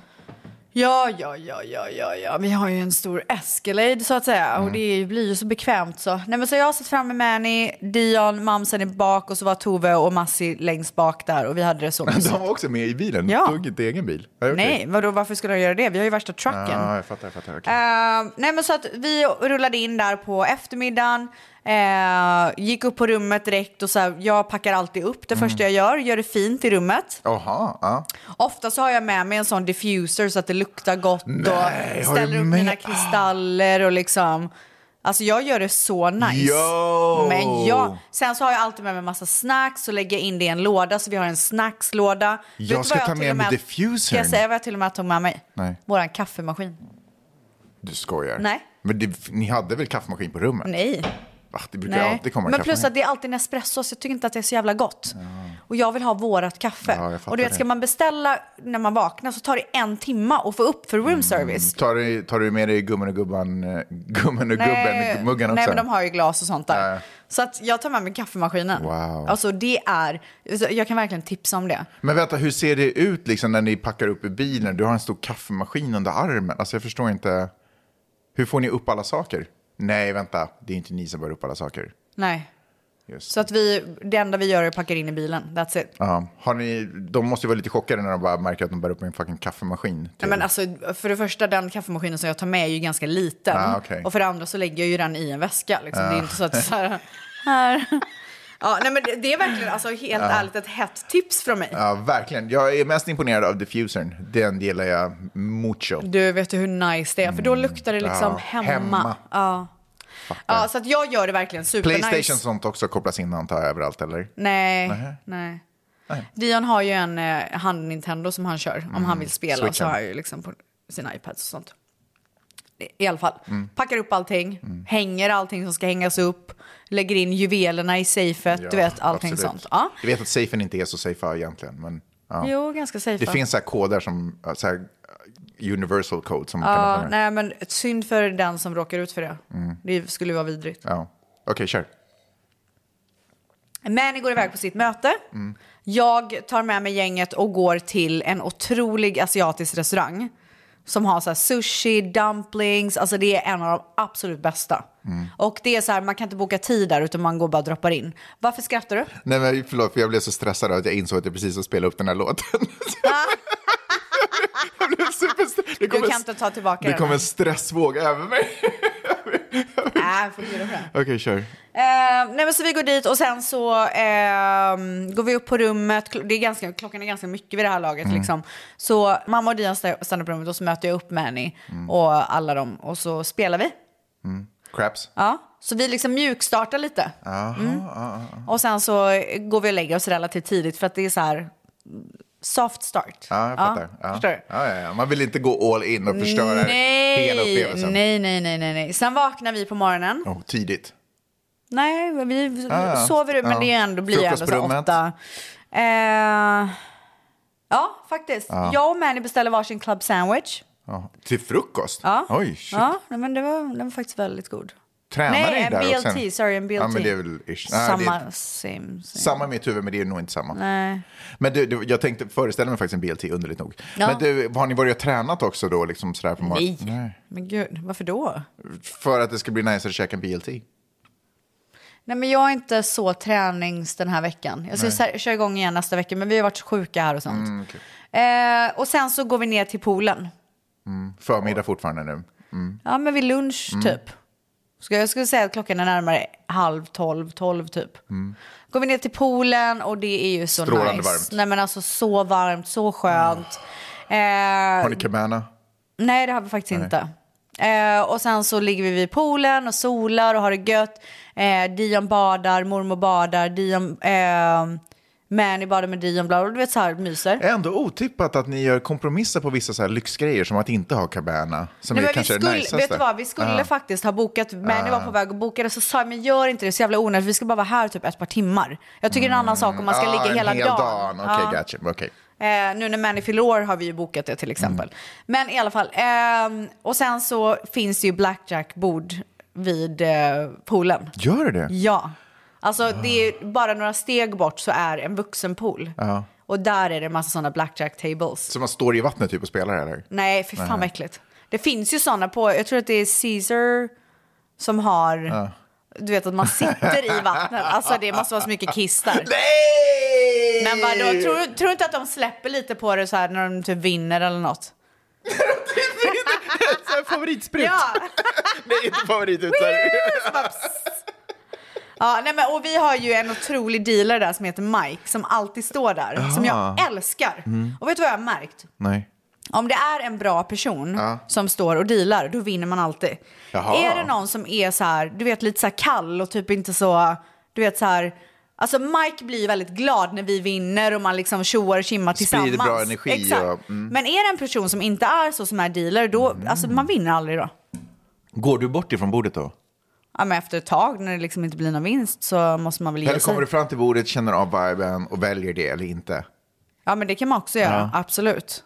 Ja, ja, ja, ja, ja, ja. Vi har ju en stor Escalade så att säga.
Mm.
Och det är ju- blir ju så bekvämt så. Nej men så jag satt framme med Manny, Dion, mamsen är bak och så var Tove och Massi längst bak där och vi hade det
[LAUGHS]
så
De
mysigt.
var också med i bilen.
Ja.
De tog inte egen bil. Ja, okej. Ah.
Nej, vadå varför skulle de göra det? Vi har ju värsta trucken.
Ja, jag fattar. Jag fattar. okej.
Eh, nej men så att vi rullade in där på eftermiddagen, eh, gick upp på rummet direkt och så här, jag packar alltid upp
Mm.
det första jag gör, gör det fint i rummet.
Jaha, ja.
Ofta så har jag med mig en sån diffuser så att det luktar gott
Nej,
och
har du
ställer upp
med-
mina kristaller och liksom. Alltså jag gör det så nice.
Yo!
Men jag, sen så har jag alltid med mig massa snacks och lägger in det i en låda så vi har en snackslåda. Vet du vad
ska ta
till
med
och
mig diffusern.
Ska jag säga vad jag till och med tog med mig?
Nej.
Våran kaffemaskin.
Du skojar.
Nej.
Men det, ni hade väl kaffemaskin på rummet?
Nej.
Va, det brukar
Nej.
alltid komma
Men
kaffe.
plus att det är alltid en espresso så jag tycker inte att det är så jävla gott. Och jag vill ha vårat kaffe.
Ja, jag fattar
och du vet,
det.
ska man beställa när man vaknar så tar det en timma att få upp för
Mm.
room service.
Tar du, tar du med dig gummen och gubban, eh, gummen och gubben, muggen också?
nej men de har ju glas och sånt där.
Ja.
Så att jag tar med mig kaffemaskinen.
Wow.
Alltså det är, så jag kan verkligen tipsa om det.
Men vänta, hur ser det ut liksom när ni packar upp i bilen? Du har en stor kaffemaskin under armen. Alltså jag förstår inte. Hur får ni upp alla saker? Nej, vänta. Det är inte ni som bär upp alla saker.
Nej.
Just.
Så att vi, det enda vi gör är att packa in i bilen, that's it.
Ja. Har ni, de måste ju vara lite chockade när de bara märker att de bär upp en fucking kaffemaskin. till-
Nej, men alltså, för det första, den kaffemaskinen som jag tar med är ju ganska liten.
Ah, okej. Ah.
Och för det andra så lägger jag ju den i en väska. Liksom. Det är inte så att så
[LAUGHS]
här... här. Ja, nej, men det- det är verkligen alltså,
Ah.
helt ärligt ett hett tips från mig.
Ja, verkligen. Jag är mest imponerad av diffusern. Den delar jag mucho.
Du vet du hur nice det är, för då luktar det liksom
Ja,
hemma.
Mm. Ah, hemma.
Ja. ja, så att jag gör det verkligen supernice.
Playstation och sånt också kopplas in antar jag överallt eller?
Nej, nej. Dion har ju en eh, hand-Nintendo som han kör om han vill spela. Så
Mm, Switchen.
har han ju liksom på sin iPads och sånt. I- I alla fall,
Mm.
packar upp allting, hänger allting som ska hängas upp, lägger in juvelerna i safet, du vet allting
absolut.
sånt. Ja.
Jag vet att safen inte är så safe egentligen. Men, ja.
Jo, ganska safe.
Det finns så här koder som, så här uh, universal code som man kan
ja,
använda.
nej, men
Mm.
synd för den som råkar ut för det. Det skulle ju vara vidrigt.
Ja. Okej, kör.
Manny går iväg på sitt möte. Jag tar med mig gänget och går till en otrolig asiatisk restaurang. Som har så här sushi, dumplings, alltså det är en av de absolut bästa. Och det är så här, man kan inte boka tid där utan man går bara och droppar in. Varför skrattar du?
Nej, men förlåt, för jag blev så stressad av att jag insåg att jag precis har spelat upp den här
[LAUGHS]
låten. jag blev superstressad. Det
kan inte ta tillbaka
Det
den.
kom en stressvåg över
[LAUGHS]
mig.
Nej, Äh, får bjuda på det.
Okej, kör.
Eh, nej men så vi går dit och sen så ehm, går vi upp på rummet. Kl- Det är ganska, klockan är ganska mycket vid det här laget.
Mm.
Liksom. Så mamma och Dian sta- stannar på rummet och så möter jag upp Manny
Mm.
och alla dem och så spelar vi.
Craps.
Ja. Så vi liksom mjukstartar lite. Mm. Och sen så eh, går vi och lägger oss relativt tidigt för att det är så här mm, soft start.
Ja, jag fattar. Ja.
Förstår du?
Ja, ja, ja. Man vill inte gå all in och förstöra hela
Nej,
upplevelsen.
nej, nej, nej, nej, nej. Sen vaknar vi på morgonen.
Oh, tidigt.
Nej, vi
Ah, ja.
sover ut, men
Ja.
det är ändå, blir ju ändå så här
Frukostrummet.
åtta. Eh, ja, faktiskt. Jag och Manny beställer varsin club sandwich.
Ja. Till frukost?
Ja.
Oj, shit.
Ja, nej, men det var, den var faktiskt väldigt god.
Tränar
Nej,
ni
en
där
BLT,
och sen-
sorry, en BLT.
Ja, men det är väl ish. Nej, det är
Samma,
inte-
same, same.
Samma i mitt huvud, men det är nog inte samma.
Nej.
Men du, du, jag tänkte föreställa mig faktiskt en BLT, underligt nog.
Ja.
Men du, har ni börjat tränat också då, liksom sådär på morgonen?
Nej. Men gud, varför då?
För att det ska bli nice att käka en BLT?
Nej, men jag är inte så tränings den här veckan. Jag ska sä- köra igång igen nästa vecka, men vi har varit så sjuka här och sånt.
Mm,
eh, och sen så går vi ner till poolen.
Förmiddag fortfarande nu.
Ja, men vid lunch
Mm.
typ. Ska jag skulle säga att klockan är närmare halv tolv, tolv typ. Går vi ner till poolen och det är ju så
Mm. Strålande
nice.
varmt.
Nej men alltså så varmt, så skönt. Eh,
Mm. Har ni cabana?
Nej, det har vi faktiskt inte. Eh, och sen så ligger vi vid poolen och solar och har det gött. Eh, Dion badar, mormor badar, Dion... Eh, Manny badar med Dion, bla bla, du vet så här myser.
Ändå otippat att ni gör kompromisser på vissa så här lyxgrejer som att inte ha cabana. Som
Nej,
är
men vi
kanske det Ah.
skulle,
najsaste.
vet du vad, vi skulle faktiskt ha bokat, men det var på väg att boka det. Så sa jag, men gör inte det, så jävla onödigt. Vi ska bara vara här typ ett par timmar. Jag tycker det är en annan sak om man ska
Ah,
ligga
en
hela
hel
dagen.
Okej,
Ja.
gotcha. Okej.
Eh, nu när Manny fyller år har vi ju bokat det till exempel.
Mm.
Men i alla fall, ehm, och sen så finns det ju blackjack-bord vid eh, poolen.
Gör det?
Ja. Alltså det är ju bara några steg bort så är en vuxenpool. Och där är det en massa sådana blackjack-tables.
Så man står i vattnet typ och spelar eller?
Nej, för fan vad äckligt. Det finns ju sådana på, jag tror att det är Caesar som har, du vet att man sitter i vattnet. Alltså det måste vara så mycket kiss där.
Nej!
Men
[LAUGHS]
vadå, tror, du- tror du inte att de släpper lite på det så här när de typ vinner eller något?
Så här favoritsprut?
Ja,
Nej, inte favoritut. så här.
ja nej men, och vi har ju en otrolig dealer där som heter Mike som alltid står där. Som jag älskar. Och vet du vad jag har märkt?
Nej.
Om det är en bra person som står och dealar, då vinner man alltid.
Jaha.
Är det någon som är så här, du vet lite så här kall och typ inte så, du vet så här, alltså Mike blir ju väldigt glad när vi vinner och man liksom tjoar och tjimmar
Sprider
tillsammans.
bra energi
Exakt.
och- Mm.
Men är det en person som inte är så som är dealer, då, alltså man vinner aldrig då.
Går du bort ifrån bordet då?
Ja, men efter ett tag när det liksom inte blir någon vinst så måste man väl
Eller
ge sig.
kommer du fram till bordet, känner av viben och väljer det eller inte?
Ja men det kan man också göra, absolut.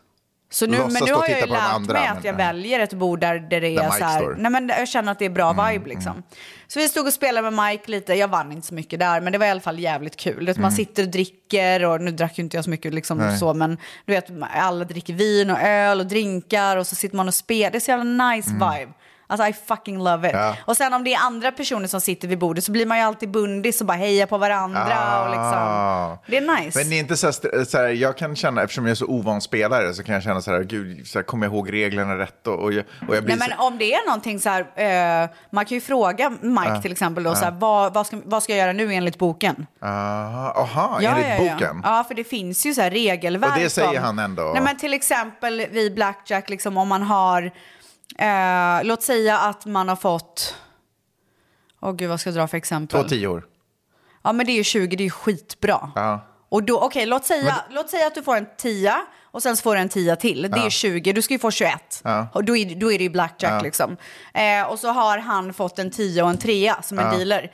Så nu,
Låtsas
men nu
då
har jag
titta
ju
på de
lärt
andra,
mig
men-
att jag
ja.
väljer ett bord där, där det
Där
är
Mike
så här,
står.
nej men jag känner att det är bra
Mm,
vibe liksom. Så vi stod och spelade med Mike lite, jag vann inte så mycket där men det var i alla fall jävligt kul. Du vet,
Mm.
Man sitter och dricker och nu drack ju inte jag så mycket liksom och så men du vet alla dricker vin och öl och drinkar och så sitter man och spelar, det är så jävla nice vibe. Alltså I fucking love it.
Mm. Ja.
Och sen om det är andra personer som sitter vid bordet så blir man ju alltid bundis och bara hejar på varandra och liksom.
Ah.
Det är nice.
Men det är inte så här, st- så här, jag kan känna, eftersom jag är så ovan spelare, så kan jag känna så här, gud, så här, kommer jag ihåg reglerna rätt? Och, och jag, och jag blir
Nej, men
så,
om det är någonting så här, eh, man kan ju fråga Mike till exempel då, så här, vad, vad, ska, vad ska jag göra nu enligt boken?
aha, Ah, aha enligt boken?
Ja. ja, för det finns ju så här regelverk.
Och det säger
om-
han ändå.
Nej, men till exempel vid Blackjack, liksom, om man har, eh, låt säga att man har fått, åh gud vad ska jag dra för exempel?
Två tior.
Ja men det är ju 20, det är ju skitbra.
Ja.
Och då, okej låt, säga, låt säga att du får en 10 och sen så får du en 10 till. Det är 20, du ska ju få 21.
Ja.
Och då, är, då är det ju blackjack liksom. Eh, och så har han fått en 10 och en 3 som en dealer.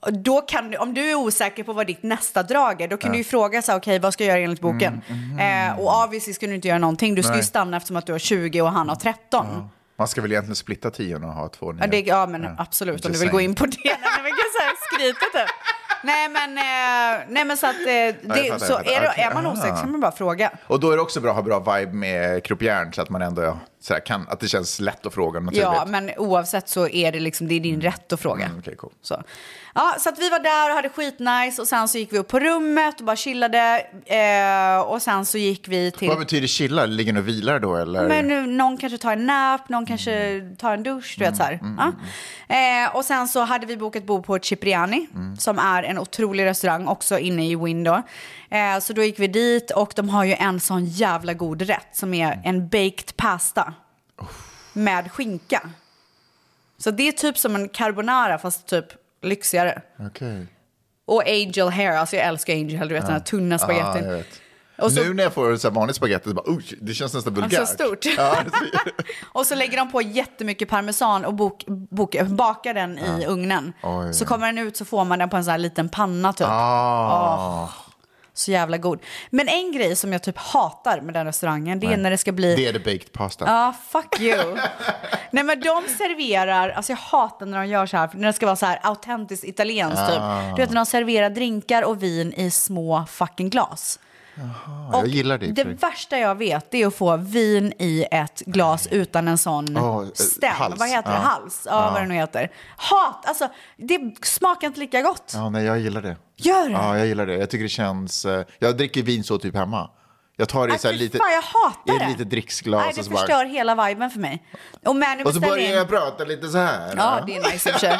Och Då kan, du- om du är osäker på vad ditt nästa drag är, då kan du ju fråga så här, okej vad ska jag göra enligt boken? Eh, och obviously ska du inte göra någonting, du ska ju
Mm, Nej.
stanna eftersom att du har 20 och han har 13.
Man ska väl egentligen splitta tiorna och ha två nior?
Ja, det, [LAUGHS] ja men absolut, om du
Just
vill gå
saying.
in på det. Nej, men vi kan så här skryta typ. nej, men, eh, nej, men så att... Eh, det,
jag fattar,
så
jag fattar.
är, det,
Okej, Ah.
är man
aha.
osäker så kan man bara fråga.
Och då är det också bra att ha bra vibe med kroppjärn så att man ändå så här, kan, att det känns lätt att fråga om något
Ja,
trevligt.
men oavsett så är det liksom, det är din rätt att fråga.
Mm, okej, cool.
så. Ja, så att vi var där och hade skitnice och sen så gick vi upp på rummet och bara chillade. Eh, och sen så gick vi till...
Vad betyder chilla? Ligger ni och vilar då eller?
Men nu, någon kanske tar en nap, någon kanske tar en dusch, du vet så här.
Mm,
ja. eh, och sen så hade vi bokat bo på Cipriani,
Mm.
som är en otrolig restaurang också inne i Window. Eh, så då gick vi dit och de har ju en sån jävla god rätt som
Mm.
är en baked pasta med skinka. Så det är typ som en carbonara fast typ lyxigare.
Okej.
Och angel hair, alltså jag älskar angel hair, du vet den här tunna
Ja, Ah, jag
spagettin.
vet.
Och så-
Nu när jag får så här vanlig spagetti, så bara, "Oj, det känns nästan vulgärt.
Så stort.
Ja,
[LAUGHS]
det-
Och så lägger de på jättemycket parmesan och bok, bok, bakar den i ugnen.
Oj.
Så kommer den ut så får man den på en sån här liten panna typ.
ah,
Så jävla god. Men en grej som jag typ hatar med den restaurangen det är när det ska bli...
det är the baked pasta.
Ja,
[LAUGHS]
fuck you. Nej men de serverar, alltså jag hatar när de gör så här, för när det ska vara så här autentiskt italienskt typ. Du vet när de serverar drinkar och vin i små fucking glas.
Ja, jag gillar det. i och
Det
för sig.
värsta jag vet det är att få vin i ett glas utan en sån
Åh, eh,
ställ.
hals.
Vad heter det?
Ja.
Hals? Ja, vad det nu heter. Hat! Alltså, det smakar inte lika gott.
Ja, nej, jag gillar det.
Gör det?
Ja, jag gillar det. Jag tycker det känns... eh, Jag dricker vin så typ hemma. Jag tar det i
Äh,
så här
fy
lite...
fan, jag hatar
i
det.
lite dricksglas
Nej, det
och så bara-
förstör hela viben för mig. Och, Manu
Och så
beställer
börjar
in-
jag prata lite så här.
Ja, det är nice i och för sig.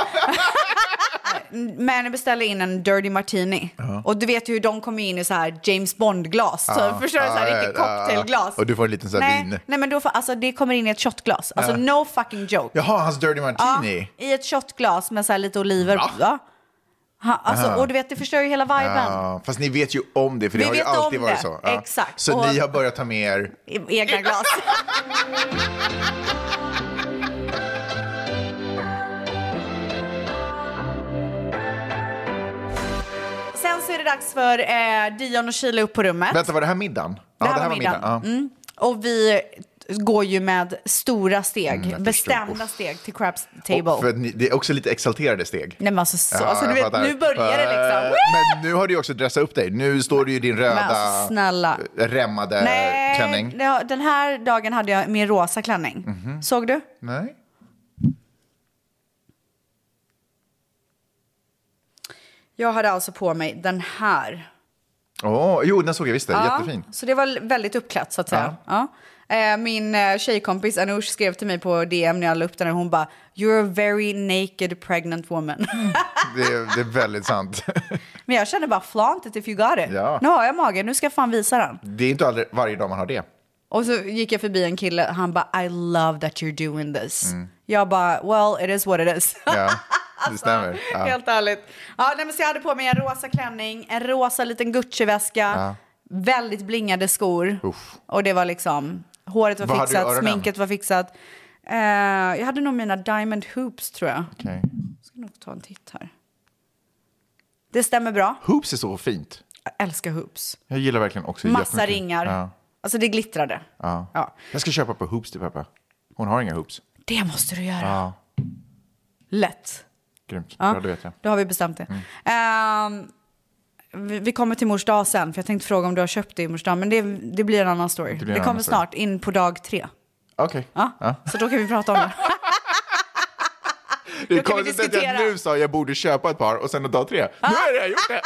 [LAUGHS] Manu beställde in en dirty martini. Och du vet ju hur de kommer in i så här James Bond-glas.
Ja.
Så förstår du? Så här,
Ja,
riktigt
ja, ja.
cocktailglas.
Och du får en liten så här
nej,
vin.
Nej, men då får, alltså, det kommer in i ett shotglas. Alltså no fucking joke.
Jaha, hans dirty martini.
Ja, I ett shotglas med så här lite oliver. Ja. Ha, alltså, och du vet, det förstör ju hela viben.
Ja, fast ni vet ju om det, för det
Vi
har ju
vet
alltid
om
varit
det.
så.
Exakt.
Så
Och-
ni har börjat ta med er...
I-
[LAUGHS]
Egna glas. Sen så är det dags för eh, Dion och Sheila upp på rummet.
Vänta, var det här middagen?
Det här var middagen.
Ja.
Och vi går ju med stora steg,
Mm, jag förstår.
bestämda steg till Craps table.
Och för att ni, det är också lite exalterade steg.
Nej men alltså så,
Ja,
alltså, du
jag
vet,
fattar.
nu börjar det liksom.
Eh,
Woo!
Men nu har du ju också dressat upp dig. Nu står du ju i din röda,
alltså, snälla.
remmade
Nej,
Eh, klänning. Mhm.
det har- den här dagen hade jag min rosa klänning. Såg du?
Nej.
Jag hade alltså på mig den här.
Åh, jo, den såg jag visst. det. Jättefin.
Så det var l- väldigt uppklätt så att säga. Ja. Eh, Min eh, tjejkompis Anoush skrev till mig på DM när jag la upp den och hon bara “You're a very naked pregnant woman”. [LAUGHS]
Det är, det är väldigt sant. [LAUGHS]
Men jag kände bara flaunt it if you got it.
Ja.
Nu har jag magen, nu ska jag fan visa den.
Det är inte aldrig, varje dag man har det.
Och så gick jag förbi en kille, han bara “I love that you're doing this”. Jag bara “Well, it is what it is”.
Mm.
[LAUGHS]
Ja, det stämmer. Ja.
Alltså, Helt ärligt. Ja, nej, men så jag hade på mig en rosa klänning, en rosa liten Gucci-väska, väldigt blingade skor.
Uff.
Och det var liksom, håret var
Vad hade du i
fixat,
öronen?
sminket var fixat. Eh, jag hade nog mina diamond hoops tror jag.
Okej.
Ska nog ta en titt här. Det stämmer bra.
Hoops är så fint.
Jag älskar hoops.
Jag gillar verkligen också
Massa
jättemycket.
ringar.
Ja.
Alltså det glittrade.
Ja.
Ja.
Jag ska köpa på hoops till Peppa. Hon har inga hoops.
Det måste du göra.
Ja.
Lätt.
Grymt. Ja. Bra, det vet jag. Mm.
Då har vi bestämt det. Ehm, vi, vi kommer till mors dag sen, för jag tänkte fråga om du har köpt det i mors dag. Men det, det blir en annan story. Det,
blir en annan
kommer
story.
snart, in på dag tre.
Okej.
Ja. Så då kan vi prata
[LAUGHS]
om det.
Det är
kan vi
konstigt att jag
diskutera.
nu sa jag borde köpa ett par och sen dag tre. Nu har jag gjort
Ah.
det.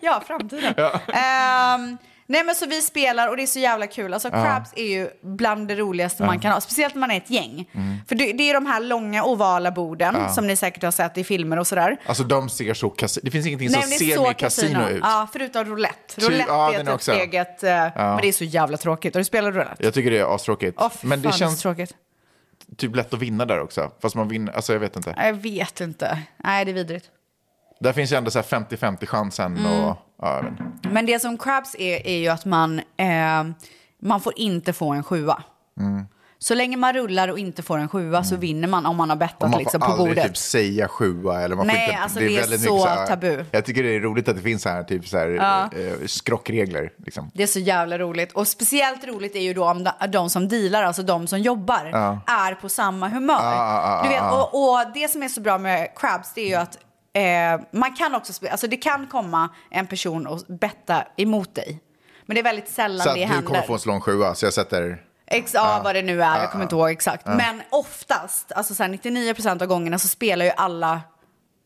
Ja, framtiden. Ehm, nej men så vi spelar och det är så jävla kul. Alltså craps är ju bland det roligaste man kan ha. Speciellt när man är ett gäng.
Mm.
För det, det är de här långa ovala borden som ni säkert har sett i filmer och sådär.
Alltså de ser så kasino. Det finns ingenting
Nej,
som
men det är
ser
så
mer
kasino.
kasino, ut.
Ja, förutom roulette.
Ty-
Roulette
ja,
är
den
typ
också.
steget, eh, men det är så jävla tråkigt. Har du spelat roulette?
Jag tycker det är astråkigt.
Åh, fy
men det
fan, är så
känns
tråkigt.
typ lätt att vinna där också. Fast man vinner, alltså jag vet inte.
Nej, Jag vet inte. Nej, det är vidrigt.
Där finns ju ändå så här 50-50 chansen
Mm.
och ja, jag vet inte.
Men det som crabs är, är ju att man, eh, man får inte få en sjua.
Mm.
Så länge man rullar och inte får en sjua så vinner man om man har
Och
bettat
man
liksom,
får
på
aldrig
bordet.
typ säga sjua eller man
Nej,
får inte,
alltså det är
väldigt
så
mycket här-
tabu.
Jag tycker det är roligt att det finns så här typ så här eh, skrockregler liksom.
Det är så jävla roligt. Och speciellt roligt är ju då om de, de som dealar, alltså de som jobbar, är på samma humör.
ja, ja,
du vet,
ja.
och, och det som är så bra med crabs det är ju att eh, man kan också, spe- alltså det kan komma en person och betta emot dig. Men det är väldigt sällan
Så att
det
du
händer.
kommer få en slång sjua, så jag sätter...
Ex, ja, vad det nu är, jag kommer inte ihåg exakt. Men oftast, alltså så här 99% av gångerna så spelar ju alla,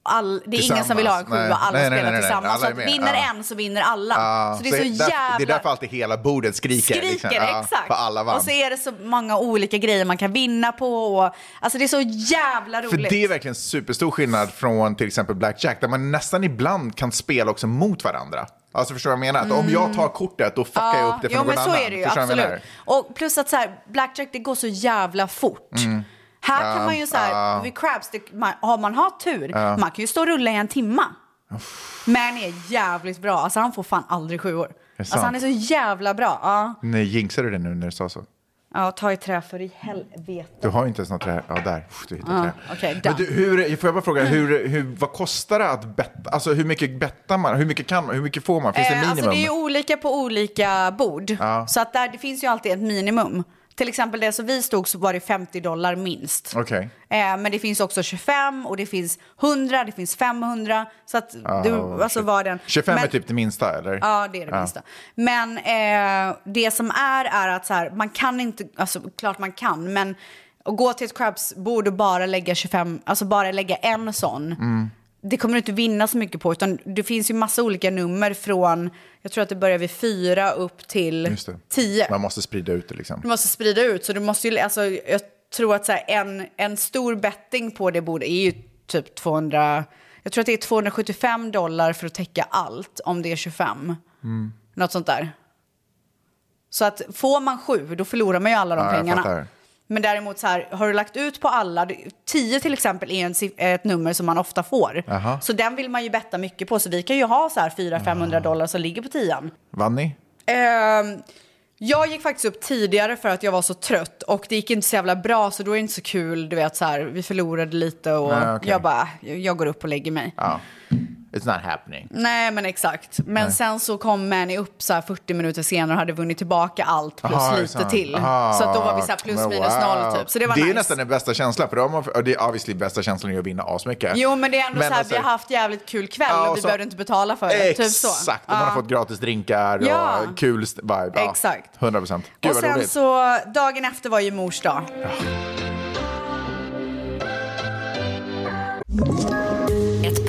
all, det är ingen som vill ha en
Tillsammans, nej. Nej,
sjua, alla
nej,
spelar
nej, nej,
tillsammans.
alla är
så
med,
att vinner
ja.
en så vinner alla.
Ja,
så det är så,
därför-
jävla...
Ah, det är därför alltid hela bordet skriker.
Skriker,
liksom. Ja,
exakt.
För alla vann.
Och så är det så många olika grejer man kan vinna på. Och, alltså det är så jävla
För
roligt.
det är verkligen superstor skillnad från till exempel Blackjack där man nästan ibland kan spela också mot varandra. Alltså förstår du vad jag menar? Att om jag tar kortet då fuckar jag upp det för
jo,
någon
men
annan.
så är det ju,
Förstår du vad jag
absolut. Och plus att så här, blackjack det går så jävla fort.
Mm.
Här kan man ju så här, vid crabs, det, man, har man har tur, man kan ju stå och rulla i en timma. Men är jävligt bra, alltså han får fan aldrig sjuor.
det
Alltså han är
sant?
så jävla bra. Ja,
menar? Nej, jinxar du det nu när du sa så?
ja ta i trä för i helvete.
Du har ju inte ens något trä. Ja, där. Uff, Du hittade trä.
okej,
Men
done.
du, hur, får jag bara fråga, hur, hur, vad kostar det att betta? Alltså hur mycket bettar man? Hur mycket kan man? Hur mycket får man? Finns det
Eh,
minimum?
Alltså det är ju olika på olika bord. Så att där, det finns ju alltid ett minimum. Till exempel det som vi stod så var det 50 dollar minst.
Okej.
Eh, men det finns också 25 och det finns 100, det finns 500. Så att du, alltså var den.
25
men,
Ah, är typ Ah. det minsta eller?
Ja, det är det minsta. Men eh, det som är är att så här, man kan inte, alltså klart man kan, men att gå till ett crabsbord och bara lägga 25, alltså bara lägga en sån,
Mm.
det kommer du inte vinna så mycket på. Utan det finns ju massa olika nummer från, jag tror att det börjar vid fyra upp till
Just det.
tio.
Man måste sprida ut det liksom.
Du måste sprida ut, så du måste ju, alltså jag tror att så här, en, en stor betting på det bordet är ju typ 200, jag tror att det är 275 dollar för att täcka allt om det är 25.
Mm.
Något sånt där. Så att får man sju, då förlorar man ju alla de
Ja, jag
pengarna.
fattar.
Men däremot så här, har du lagt ut på alla, du- 10 till exempel är en, siff- ett nummer som man ofta får.
Jaha. Ah.
Så den vill man ju betta mycket på. Så vi kan ju ha så här 400-500 dollar som ligger på tian.
Vann ni?
Ehm, jag gick faktiskt upp tidigare för att jag var så trött och det gick inte så jävla bra så då är det inte så kul. Du vet så här, vi förlorade lite och
Nej, okej.
jag bara, jag jag går upp och lägger mig.
Ja. It's not happening.
Nej men exakt. Men sen så kom Manny upp så här 40 minuter senare och hade vunnit tillbaka allt plus
Aha, det är
lite
sant.
till.
Aha,
så att då var vi så här plus
men
minus noll typ. Så det var
Det är
nice.
nästan den bästa känslan, för då har man, och det är obviously bästa känslan är att vinna asmycket.
Jo men det är ändå så här,
alltså-
vi har haft jävligt kul kväll
Ja,
och vi
så-
behövde inte betala för det. Typ så.
Exakt, och man
Ja.
har fått gratis drinkar och
Ja.
kul st- vibe. Ja,
Exakt.
100 procent.
Och sen så, dagen efter var ju mors dag.
Ett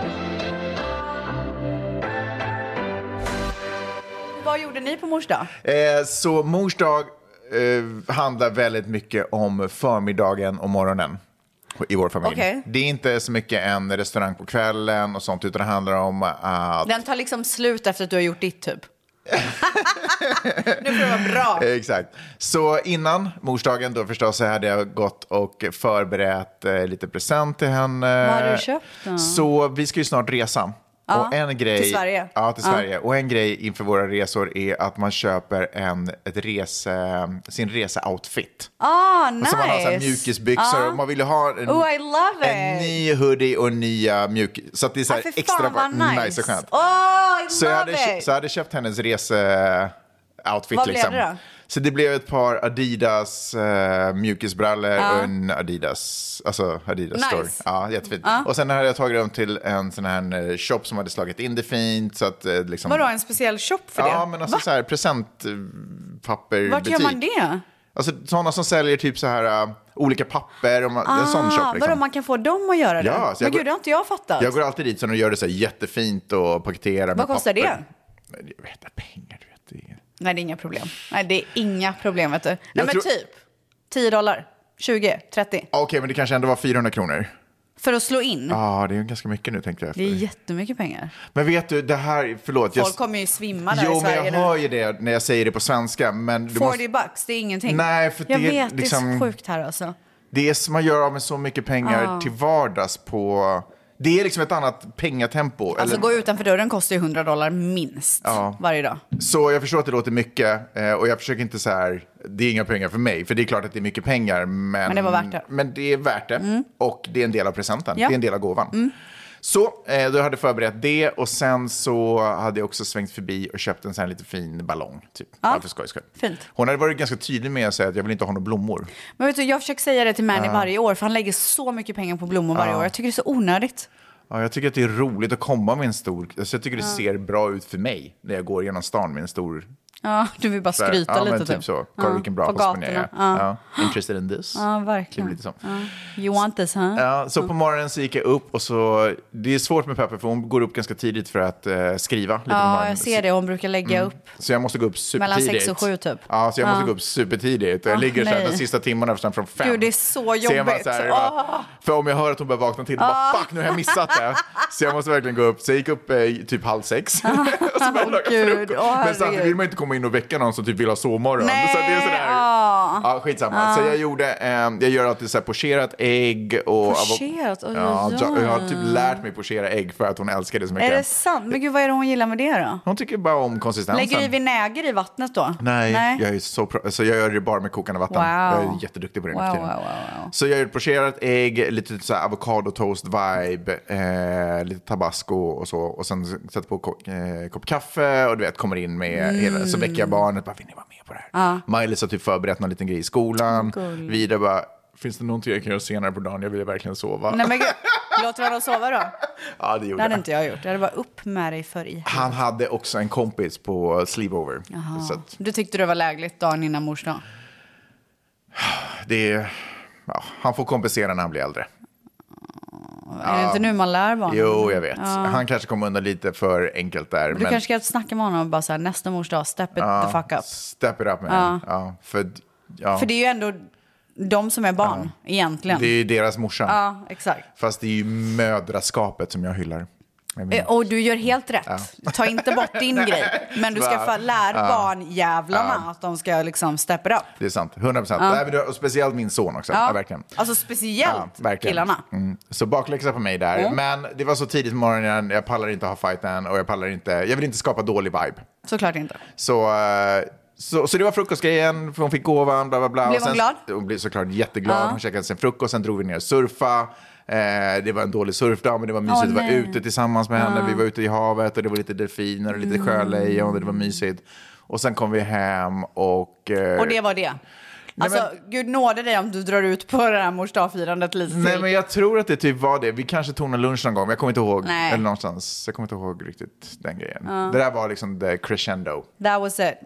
Vad gjorde ni på mors dag?
Eh, så mors dag eh, handlar väldigt mycket om förmiddagen och morgonen i vår familj.
Okej.
Det är inte så mycket en restaurang på kvällen och sånt, utan det handlar om att...
Den tar liksom slut efter att du har gjort ditt typ. nu får det vara bra.
Eh, Exakt. Så innan morsdagen då förstås så hade jag gått och förberett eh, lite present till henne.
Vad hade du köpt då?
Så vi ska ju snart resa.
Ja,
och en grej,
till Sverige.
Ja, till
Ja.
Sverige. Och en grej inför våra resor är att man köper en, ett rese, sin reseoutfit.
Ah,
Och
nice.
så man har så här mjukisbyxor och man vill ju ha en,
Oh, I love
en
it.
ny hoodie och nya mjukis. Så att det är så
ah,
här
för
extra
fan vad
nice.
nice.
och skönt.
Oh, I
Så jag,
love
hade, kö-
it.
så jag hade köpt hennes reseoutfit.
Vad blev
liksom.
det då?
Så det blev ett par Adidas eh, mjukisbrallor och en Adidas, alltså Adidas
Nice.
store. Ja, jättefint. Och sen hade jag tagit dem till en sån här eh, shop som hade slagit in det fint. Så att, eh, liksom...
Vadå, en speciell shop för det?
Ja, men alltså
Va?
så här presentpapperbutik.
Vart gör man det?
Alltså sådana som säljer typ så här eh, olika papper, och man, en sån shop. Liksom.
Ah, Vadå, man kan få dem att göra det?
Ja, så jag
men
går-
gud, det har inte jag fattat.
Jag går alltid dit så de gör det så här jättefint och paketerar med
Vad kostar
papper.
det?
Men Jag vet inte, pengar du vet. Det är...
Nej, det är inga problem. Nej, det är inga problem, vet du. Nej, men
tror-
typ 10 dollar, 20, 30.
Okej, men det kanske ändå var 400 kronor.
För att slå in.
Ja, det är ju ganska mycket nu tänkte jag.
Det är jättemycket pengar.
Men vet du, det här, förlåt.
Folk kommer ju svimma där
Jo,
i
men
Sverige
jag
nu.
hör ju det när jag säger det på svenska. Men du
40
måste,
bucks, det är ingenting.
Nej, för
jag
det är
vet, det är
liksom-
så sjukt här alltså. Ah.
det är som man gör av med så mycket pengar till vardags på... Det är liksom ett annat pengatempo.
Alltså
eller-
gå utanför dörren kostar ju 100 dollar minst
Ja.
varje dag.
Så jag förstår att det låter mycket eh, och jag försöker inte så här, det är inga pengar för mig, för det är klart att det är mycket pengar. Men,
Men det var värt det. Mm.
Men det är värt det och det är en del av presenten,
Ja. Mm.
det är en del av gåvan. Så eh, då hade jag förberett det och sen så hade jag också svängt förbi och köpt en sån här lite fin ballong, typ. Bara för skojs skull.
fint.
Hon hade varit ganska tydlig med att säga att jag vill inte ha några blommor.
Men vet du, jag försöker säga det till Mani varje år för han lägger så mycket pengar på blommor varje år. Jag tycker det är så onödigt.
Ja, jag tycker att det är roligt att komma med en stor, alltså jag tycker det ser bra ut för mig när jag går genom stan med en stor
Ja, du vill bara
Så här,
skryta
ja,
lite
men typ. så. Kolla vilken bra
på
husman jag
gatorna.
är.
Ja.
Ja. Interested in this.
Ja, verkligen.
Typ lite så.
You want this, huh?
Ja, så på morgonen så gick jag upp och så, det är svårt med Pepper för hon går upp ganska tidigt för att eh, skriva lite på
Ja,
morgonen.
jag ser det. Hon brukar lägga upp.
Så, så jag måste gå upp supertidigt.
sex och sju, typ.
Ja, så jag måste gå upp supertidigt. Och jag
Ah,
ligger så här,
nej.
de sista timmarna förstås från fem.
Gud, det är så
Så jag bara
jobbigt. Ah.
Så här, bara, för om jag hör att hon börjar vakna till, då bara fuck nu har jag missat det. Så jag måste verkligen gå upp. Så jag gick upp eh, typ halv sex. [LAUGHS] och så började jag laga
Ah, Gud,
frukost.
åh,
Men samtidigt
herregud.
vill man inte komma in och väcka någon som typ vill ha sovmorgon.
Nej,
så det är sådär.
ah.
Ja, skitsamma. Så jag gjorde, eh, jag gör alltid så här pocherat ägg. Och
Pocherat? Oj,
ja,
oj,
jag,
oj.
jag har typ lärt mig pochera ägg för att hon älskar det så mycket.
Är det sant? Men gud, vad är det hon gillar med det då?
Hon tycker bara om konsistensen.
Lägger du i vinäger i vattnet då?
Nej, jag är så pro- alltså, jag gör det bara med kokande vatten.
Wow.
Jag är jätteduktig på det nu
Wow,
för tiden.
wow, wow, wow.
Så jag gör ett pocherat ägg, lite så här avokadotoast-vibe, eh, lite tabasco och så. Och sen sätter på en ko- eh, kopp kaffe och du vet, kommer in med
Mm.
hela, så väcker jag barnet. Bara, vill ni vara med på det här? Maj-Lis har typ förberett någon liten grej i skolan. Vidar bara, finns det någonting jag kan göra senare på dagen? Jag vill verkligen sova.
Nej men gud, låter honom sova
[LAUGHS]
då?
ja, det gjorde
Det hade
jag.
inte jag gjort. Jag hade bara upp med dig för i
Han hade också en kompis på sleepover. Så att
Du tyckte det var lägligt dagen innan mors dag?
det är, ja, han får kompensera när han blir äldre.
Är det inte nu man lär barnen?
Jo, jag vet. Han kanske kom undan lite för enkelt där.
Du kanske ska snacka med honom och bara så här, nästa mors dag, step it the fuck up.
Step it up, man. Ja. för, ja,
För det är ju ändå de som är barn, egentligen.
det är ju deras morsa.
Ja, exakt.
Fast det är ju mödraskapet som jag hyllar. Jag menar-
Eh, Och du gör helt rätt. Ta inte
[LAUGHS]
bort din grej. Men du ska få lära barnjävlarna att de ska liksom step it up.
Det är sant. 100 procent. Och speciellt min son också. Ja, verkligen.
Alltså speciellt killarna.
Mm. Så bakläxa på mig där. Men det var så tidigt på morgonen, jag pallar inte ha fighten och jag pallar inte, jag vill inte skapa dålig vibe.
Såklart inte.
Så, eh, så, så det var frukostgrejen, för hon fick gåvan, bla bla bla.
Blev
Och sen,
hon glad?
Hon blev såklart jätteglad. Hon käkade sin frukost, sen drog vi ner och surfa. Eh, det var en dålig surfdag, men det var mysigt
Åh,
att vara
nej.
ute tillsammans med henne. Vi var ute i havet och det var lite delfiner och lite
Mm.
sjölejon och det var mysigt. Och sen kom vi hem och... eh,
Och det var det. Alltså, gud nåde dig om du drar ut på det här mors dag-firandet lite
Nej,
till.
men jag tror att det typ var det. Vi kanske tog någon lunch någon gång, men jag kommer inte ihåg.
Nej.
Eller någonstans. Jag kommer inte ihåg riktigt den grejen. Det där var liksom the crescendo.
That was it.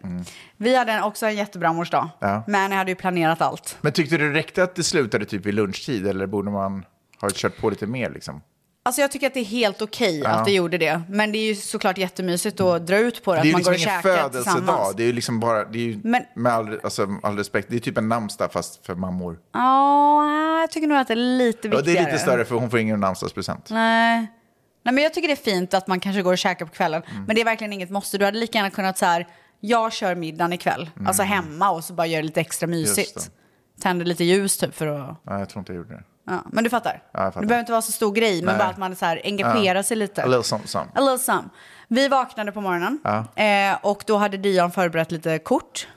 Vi hade en, också en jättebra mors dag.
Mm. Ja.
Men jag hade ju planerat allt.
Men tyckte du det räckte att det slutade typ vid lunchtid eller borde man ha kört på lite mer liksom?
Alltså jag tycker att det är helt okej att det gjorde det. Men det är ju såklart jättemysigt att dra ut på
Det är
det. att
ju
man
liksom
går och
ingen
käkar tillsammans.
födelsedag, det är ju liksom bara, det är ju
Men-
med all, alltså, all respekt, det är typ en namnsdag fast för mammor.
Ja, jag tycker nog att det är lite
Ja,
viktigare.
det är lite större för hon får ingen namnsdagspresent.
Nej. Nej, men jag tycker det är fint att man kanske går och käkar på kvällen.
Mm.
Men det är verkligen inget måste. Du hade lika gärna kunnat så här, jag kör middagen ikväll. Alltså hemma och så bara gör det lite extra mysigt.
Mm. Just
Tänder lite ljus typ för att...
Nej, jag tror inte jag gjorde det.
Ja, men du fattar.
Ja, jag fattar.
Det behöver inte vara så stor grej, men
Nej.
bara att man så här, engagerar
Ja.
sig lite.
A little something, something.
A little some. Vi vaknade på morgonen eh, och då hade Dion förberett lite kort.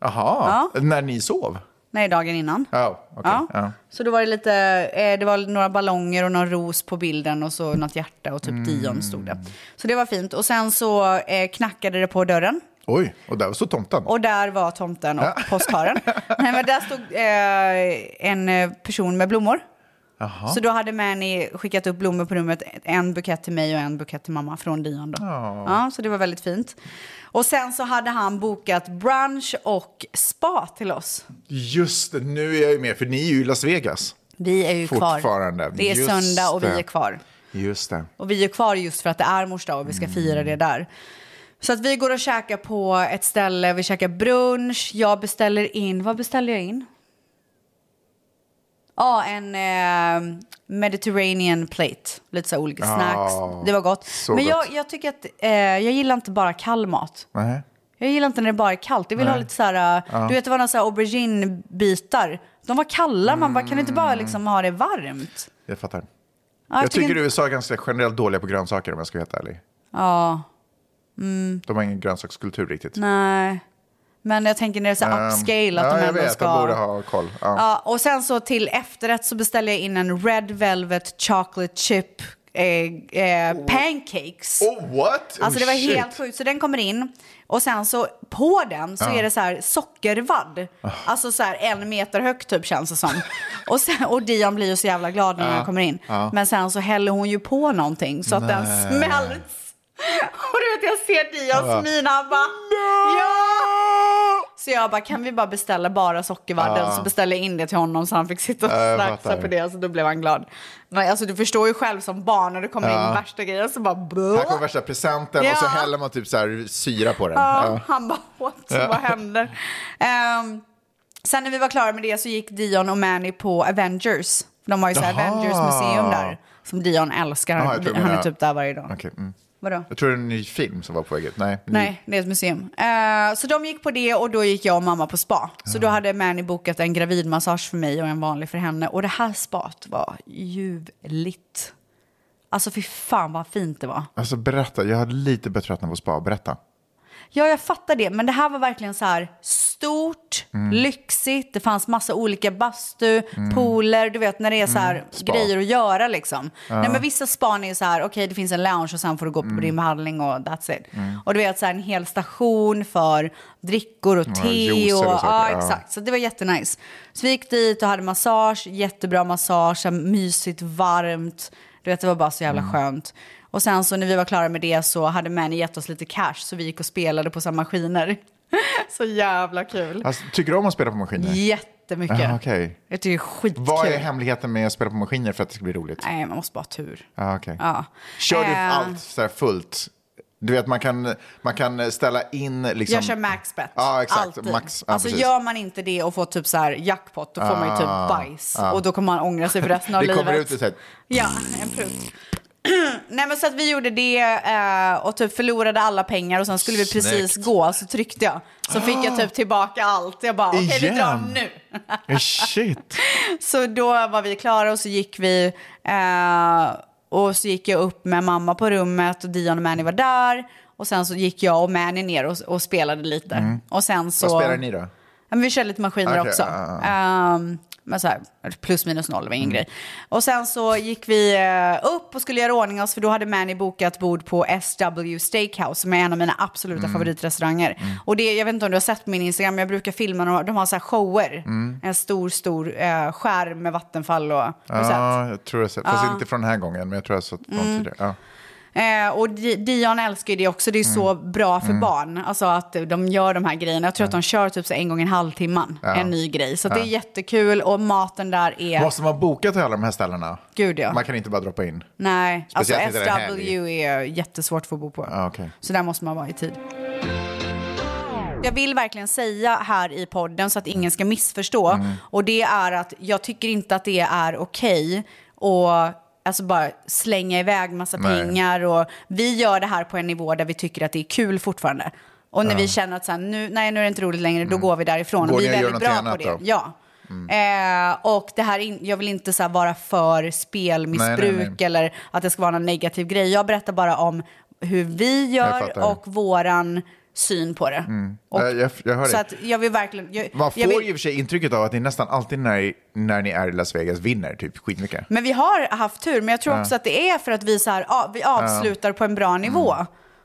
Jaha, när ni sov?
Nej, dagen innan.
Ja, okej.
Ja.
Ja.
Så då var det lite, eh, det var några ballonger och någon ros på bilden och så något hjärta och typ Dion stod
Mm.
det. Så det var fint. Och sen så eh, knackade det på dörren
Oj, och där stod tomten.
och där var tomten och
[LAUGHS]
postkaren. Nej men där stod eh, en eh, person med blommor. Så då hade Mani skickat upp blommor på rummet, en bukett till mig och en bukett till mamma från Dion då. Ja, så det var väldigt fint. Och sen så hade han bokat brunch och spa till oss.
Just det, nu är jag ju med, för ni är ju i Las Vegas.
Vi är ju
Fortfarande.
kvar. Det är
Just
söndag och vi
det.
är kvar.
Just det.
Och vi är kvar just för att det är mors dag och vi ska fira
Mm.
det där. Så att vi går och käkar på ett ställe, vi käkar brunch, jag beställer in, vad beställer jag in? Ja, en eh, Mediterranean plate. Lite så här olika snacks.
Ja,
det var gott.
så
Men jag,
gott.
jag tycker att eh, jag gillar inte bara kall mat.
Nej.
Jag gillar inte när det bara är kallt. Jag vill ha lite så här, eh, du vet det var några så här auberginebitar. De var kalla, man bara kan du inte bara liksom ha det varmt?
Mm. Jag fattar.
jag
jag tycker
tycker-
USA är ganska generellt dåliga på grönsaker om jag ska vara helt ärlig.
Ja,
De har ingen grönsakskultur riktigt.
nej. Men jag tänker när det är så
Ehm,
här upscale att
ja,
de
jag
ändå
vet,
ska...
de borde ha koll. Ja.
Ja, och sen så till efterrätt så beställde jag in en Red Velvet Chocolate Chip eh, eh, Pancakes.
Oh, what?
Alltså det
Oh,
var
shit.
helt sjukt. Så den kommer in och sen så på den så är det så här sockervadd.
Ah.
Alltså så här en meter högt typ känns det som.
[LAUGHS]
och, sen, och Dion blir ju så jävla glad när den kommer in. Men sen så häller hon ju på någonting så att den
Nej.
smälts. [LAUGHS] Och du vet jag ser Dions min han bara ja! Så jag bara kan vi bara beställa bara sockervadden så beställde jag in det till honom så han fick sitta och
Ja, jag
snacksa
fattar.
på det. Alltså då blev han glad. Nej, alltså du förstår ju själv som barn när det kommer in värsta grejer så bara
Här kommer värsta presenten och så
Ja.
häller man typ så här syra på den.
Ja,
Ja.
Han bara, what? Vad händer? Ehm, sen när vi var klara med det så gick Dion och Manny på Avengers. De har ju så här
Jaha.
Avengers museum där. Som Dion älskar.
Jaha, jag tror du
han är
menar-
typ där varje dag.
Okej, mm.
Vadå?
Jag tror det är en ny film som var på väg ut. Nej, ny-
Nej, det är ett museum. Eh, så de gick på det och då gick jag och mamma på spa. Så då hade Manny bokat en gravidmassage för mig och en vanlig för henne. Och det här spat var ljuvligt. Alltså fy fan vad fint det var.
Alltså berätta, jag har lite börjat tröttna på spa. Berätta.
Ja, jag fattar det. Men det här var verkligen så här stort,
Mm.
lyxigt. Det fanns massa olika bastu, pooler, du vet när det är så här
Mm. Spa.
grejer att göra liksom. Nej, men vissa span är ju så här, okej det finns en lounge och sen får du gå på
Mm.
din behandling och that's it. Och du vet så här en hel station för drickor och te
juicer
och,
och
ja,
saker, ja.
exakt. Så det var jättenice. Så vi gick dit och hade massage, jättebra massage, så här mysigt, varmt. Du vet, det var bara så
Mm.
jävla skönt. Och sen så när vi var klara med det så hade Manny gett oss lite cash så vi gick och spelade på samma maskiner. [LAUGHS] så jävla kul.
Alltså, tycker du om att spela på maskiner?
Jättemycket.
Ah, okej.
Jag tycker det är skitkul.
Vad är hemligheten med att spela på maskiner för att det ska bli roligt?
Nej, man måste bara ha tur.
Ah, okay.
Ja.
Kör du
Eh,
allt liksom? så här fullt? Du vet, man kan, man kan ställa in... Liksom...
Jag kör maxbet.
Ja, exakt.
Alltid.
Max. Ja,
alltså
precis.
gör man inte det och får typ så här jackpot då får man ju typ
Ah,
bajs.
ah.
Och då kommer man ångra sig för resten av
Det
livet.
kommer ut ett så här-
[LAUGHS] Ja, en prutt. [CLEARS THROAT] Nej men så att vi gjorde det eh, och typ förlorade alla pengar och sen skulle vi precis gå så tryckte jag. Så fick jag typ tillbaka allt. Jag bara okej vi drar
Ah. Igen?
nu.
Eh, Shit!
Så då var vi klara och så gick vi eh, och så gick jag upp med mamma på rummet och Dion och Manny var där. Och sen så gick jag och Manny ner och, och spelade lite. Och sen så...
Mm. Vad spelar ni då?
Ja, men vi kör lite maskiner
Okej,
också.
ja, ja, Mm.
Ehm, men så här, plus minus noll, det var ingen grej. Och sen så gick vi eh, upp och skulle göra ordning oss för då hade Manny bokat bord på SW Steakhouse som är en av mina absoluta
Mm.
favoritrestauranger. Och det, jag vet inte om du har sett på min Instagram, men jag brukar filma, de, de har så här shower.
Mm.
En stor, stor eh, skärm med vattenfall och... Har du sett?
Ja, jag tror jag sett. Fast inte från den här gången, men jag tror jag sett någon
Mm.
tidigare. Ja.
Eh, och Di- Dion älskar ju det också, det är så
Mm.
bra för barn. Alltså att de gör de här grejerna. Jag tror att de kör typ så en gång i en halvtimman, en ny grej. Så att det är jättekul och maten där är...
Måste man boka till alla de här ställena?
Gud, ja.
Man kan inte bara droppa in?
Nej, alltså
Speciellt inte den här
SW är jättesvårt att få bo på.
Ja, okej.
Så där måste man vara i tid. Jag vill verkligen säga här i podden så att ingen ska missförstå.
Mm.
Och det är att jag tycker inte att det är okej att alltså bara slänga iväg massa
Nej.
pengar. Och vi gör det här på en nivå där vi tycker att det är kul fortfarande. Och när vi känner att så här, nu, nej, nu är det inte roligt längre, då
Mm.
går vi därifrån.
Går
och vi
ni
är
och gör
väldigt bra
något
på
annat
det.
då? Mm.
Ja. Eh, och det här, in, jag vill inte så här vara för spelmissbruk
Nej, nej, nej.
eller att det ska vara någon negativ grej. Jag berättar bara om hur vi
Jag
gör
fattar.
och våran syn på det. Och,
Eh, Jag, jag, jag hör
så
dig.
att jag vill verkligen... Jag,
Man
jag
får
vill,
ju i och för sig intrycket av att ni nästan alltid när, när ni är i Las Vegas vinner typ skitmycket.
Men vi har haft tur, men jag tror också att det är för att vi, så här, ja, vi avslutar på en
Mm.
bra nivå.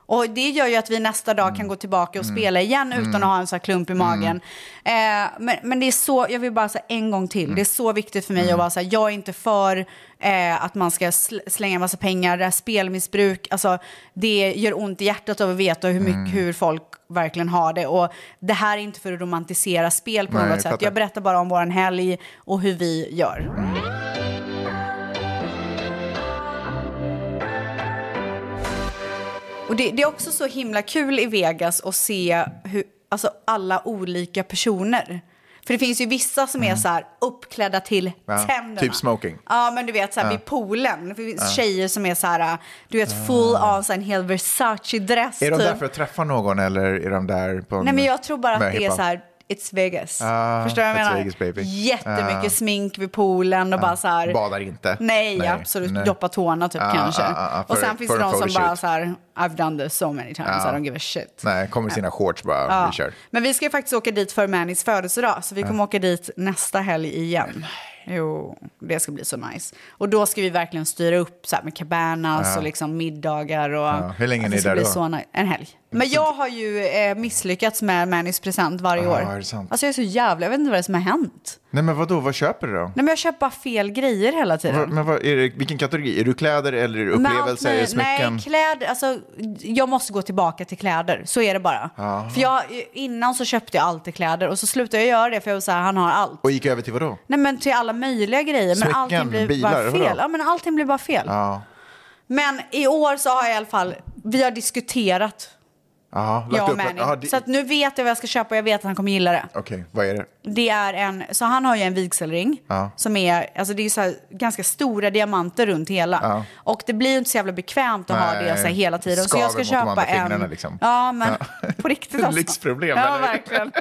Och det gör ju att vi nästa dag kan gå
Mm.
tillbaka och spela igen utan att ha en så här klump i magen. Eh, men, men det är så, jag vill bara säga en gång till,
Mm.
det är så viktigt för mig att vara så här, jag är inte för eh, att man ska sl- slänga massa pengar, det här spelmissbruk, alltså det gör ont i hjärtat av att veta hur, mycket,
Mm.
hur folk verkligen har det. Och det här är inte för att romantisera spel på
Nej, jag
något sätt,
fattar.
jag berättar bara om våran helg och hur vi gör. Och det, det är också så himla kul i Vegas att se hur, alltså alla olika personer. För det finns ju vissa som är så här uppklädda till
Mm. Ja,
tänderna.
typ smoking.
Ja, men du vet så här vid poolen. Det finns tjejer som är så här, du vet full av så här, en hel Versace-dress.
Ah. Är de
typ.
där för att träffa någon eller är de där på en
Nej, men jag tror bara att det är
möhippa?
så här, It's Vegas.
Ah,
Förstår du vad jag
it's
menar?
Vegas, baby.
Jättemycket
Ah.
smink vid poolen och bara så här.
Badar inte.
Nej, absolut. Doppa tårna typ
Ah,
kanske.
ah, ah, ah,
och
för-
sen finns
för
det
en
de som
photoshoot.
bara så här, I've done this so many times, I don't give a shit.
Nej, kommer i sina shorts bara. Vi kör.
Men vi ska ju faktiskt åka dit för Mannys födelsedag, så vi kommer åka dit nästa helg igen. Jo, det ska bli så nice. Och då ska vi verkligen styra upp så här med cabanas och liksom middagar. Och, Alltså,
Hur länge är ni
det ska
där
bli
då? Mm.
Så nice. En helg. Men jag har ju eh, misslyckats med Mannys present varje
Ah,
år.
är det sant?
Alltså jag är så jävla, jag vet inte vad det är som har hänt.
Nej, men vadå? Vad köper du då?
Nej men jag köper bara fel grejer hela tiden.
Vad- Men vad, är det, vilken kategori? Är du kläder eller är det
Men allt
upplevelser? Är det
möjligt.
smycken?
Nej, kläder. Alltså, jag måste gå tillbaka till kläder. Så är det bara. För jag, innan så köpte jag alltid kläder och så slutade jag göra det för jag var så här, han har allt.
Och gick över till vadå?
Nej men till alla möjliga grejer. Men
Smycken,
allting blir
bilar,
bara
vadå?
fel. Ja, men allting blir bara fel.
Ja,
Men i år så har jag i alla fall, vi har diskuterat.
ja lagt
Jag och
upp-
Manny.
ja, det-
Så att nu vet jag vad jag ska köpa och jag vet att han kommer gilla det.
Okej, vad är det?
Det är en, så han har ju en vigselring
Ja.
som är, alltså det är så här, ganska stora diamanter runt hela.
Ja.
Och det blir ju inte så jävla bekvämt att ha det
Nej,
så här hela tiden. Så
skaver
jag ska
mot de andra
köpa
fingrarna
en...
liksom.
Ja, men [LAUGHS]
[LAUGHS]
på riktigt alltså.
Lyxproblem,
Ja,
eller?
verkligen.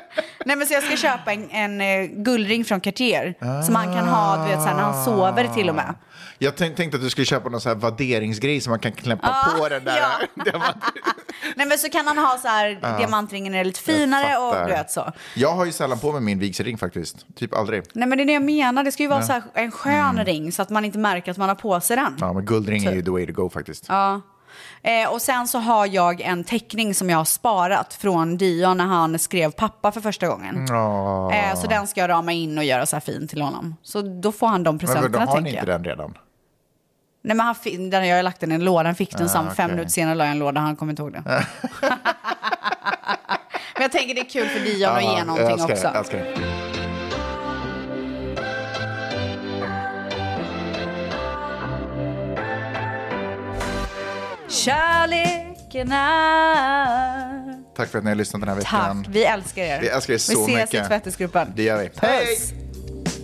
Nej, men så jag ska köpa en, en eh, guldring från Cartier som han kan ha, du vet, så här, när han sover till och med.
Ah. Jag tänk, tänkte att du skulle köpa någon sån här värderingsgrej som man kan knäppa på den där.
Ah,
[LAUGHS]
ja. [LAUGHS]
Diamant-
Nej, men så kan han ha så här, diamantringen är lite finare
Ah. Jag
och
fattar.
du vet så.
Jag har ju sällan på mig min vigselring faktiskt. Typ aldrig.
Nej, men det är det jag menar. Det ska ju vara så här, en skön
Mm.
ring så att man inte märker att man har på sig den.
Ja, men guldring är ju the way to go faktiskt.
Typ. Ja. Eh, och sen så har jag en teckning som jag har sparat från Dion när han skrev pappa för första
Mm.
gången.
Ja.
Eh, så den ska jag rama in och göra så här fin till honom. Så då får han de
Men vadå,
presenterna
har ni
tänker
inte
jag.
den redan?
Nej men han fi- den, jag har lagt den i en låda, han fick den sen
Ah, okej.
fem minuter senare la jag en låda, han kommer
[LAUGHS]
inte ihåg det. men jag tänker det är kul för Dion att ge
Ja,
någonting
Ah, älskar det,
också.
älskar det.
Kärleken är...
Tack för att ni har lyssnat den här
Tack,
veckan.
vi älskar er.
Vi älskar er så
Vi ses
mycket.
i tvättisgruppen.
Det gör vi. Hej!
Puss!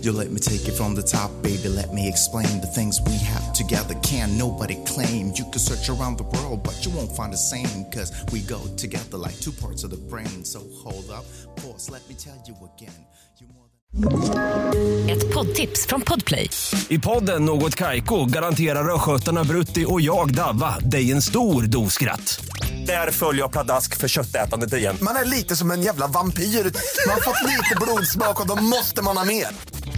You let me take it from the top, baby. Let me explain the things we have together. Can nobody claim? You can search around the world, but you won't find the same. Cause we go together like two parts of the brain. So hold up, pause, let me tell you again. You're more than-
Ett poddtips från Podplay.
I podden Något Kaiko garanterar östgötarna Brutti och jag, Davva, dig en stor dos skratt. Där följer jag pladask för köttätandet igen.
Man är lite som en jävla vampyr. Man har fått lite blodsmak och då måste man ha mer.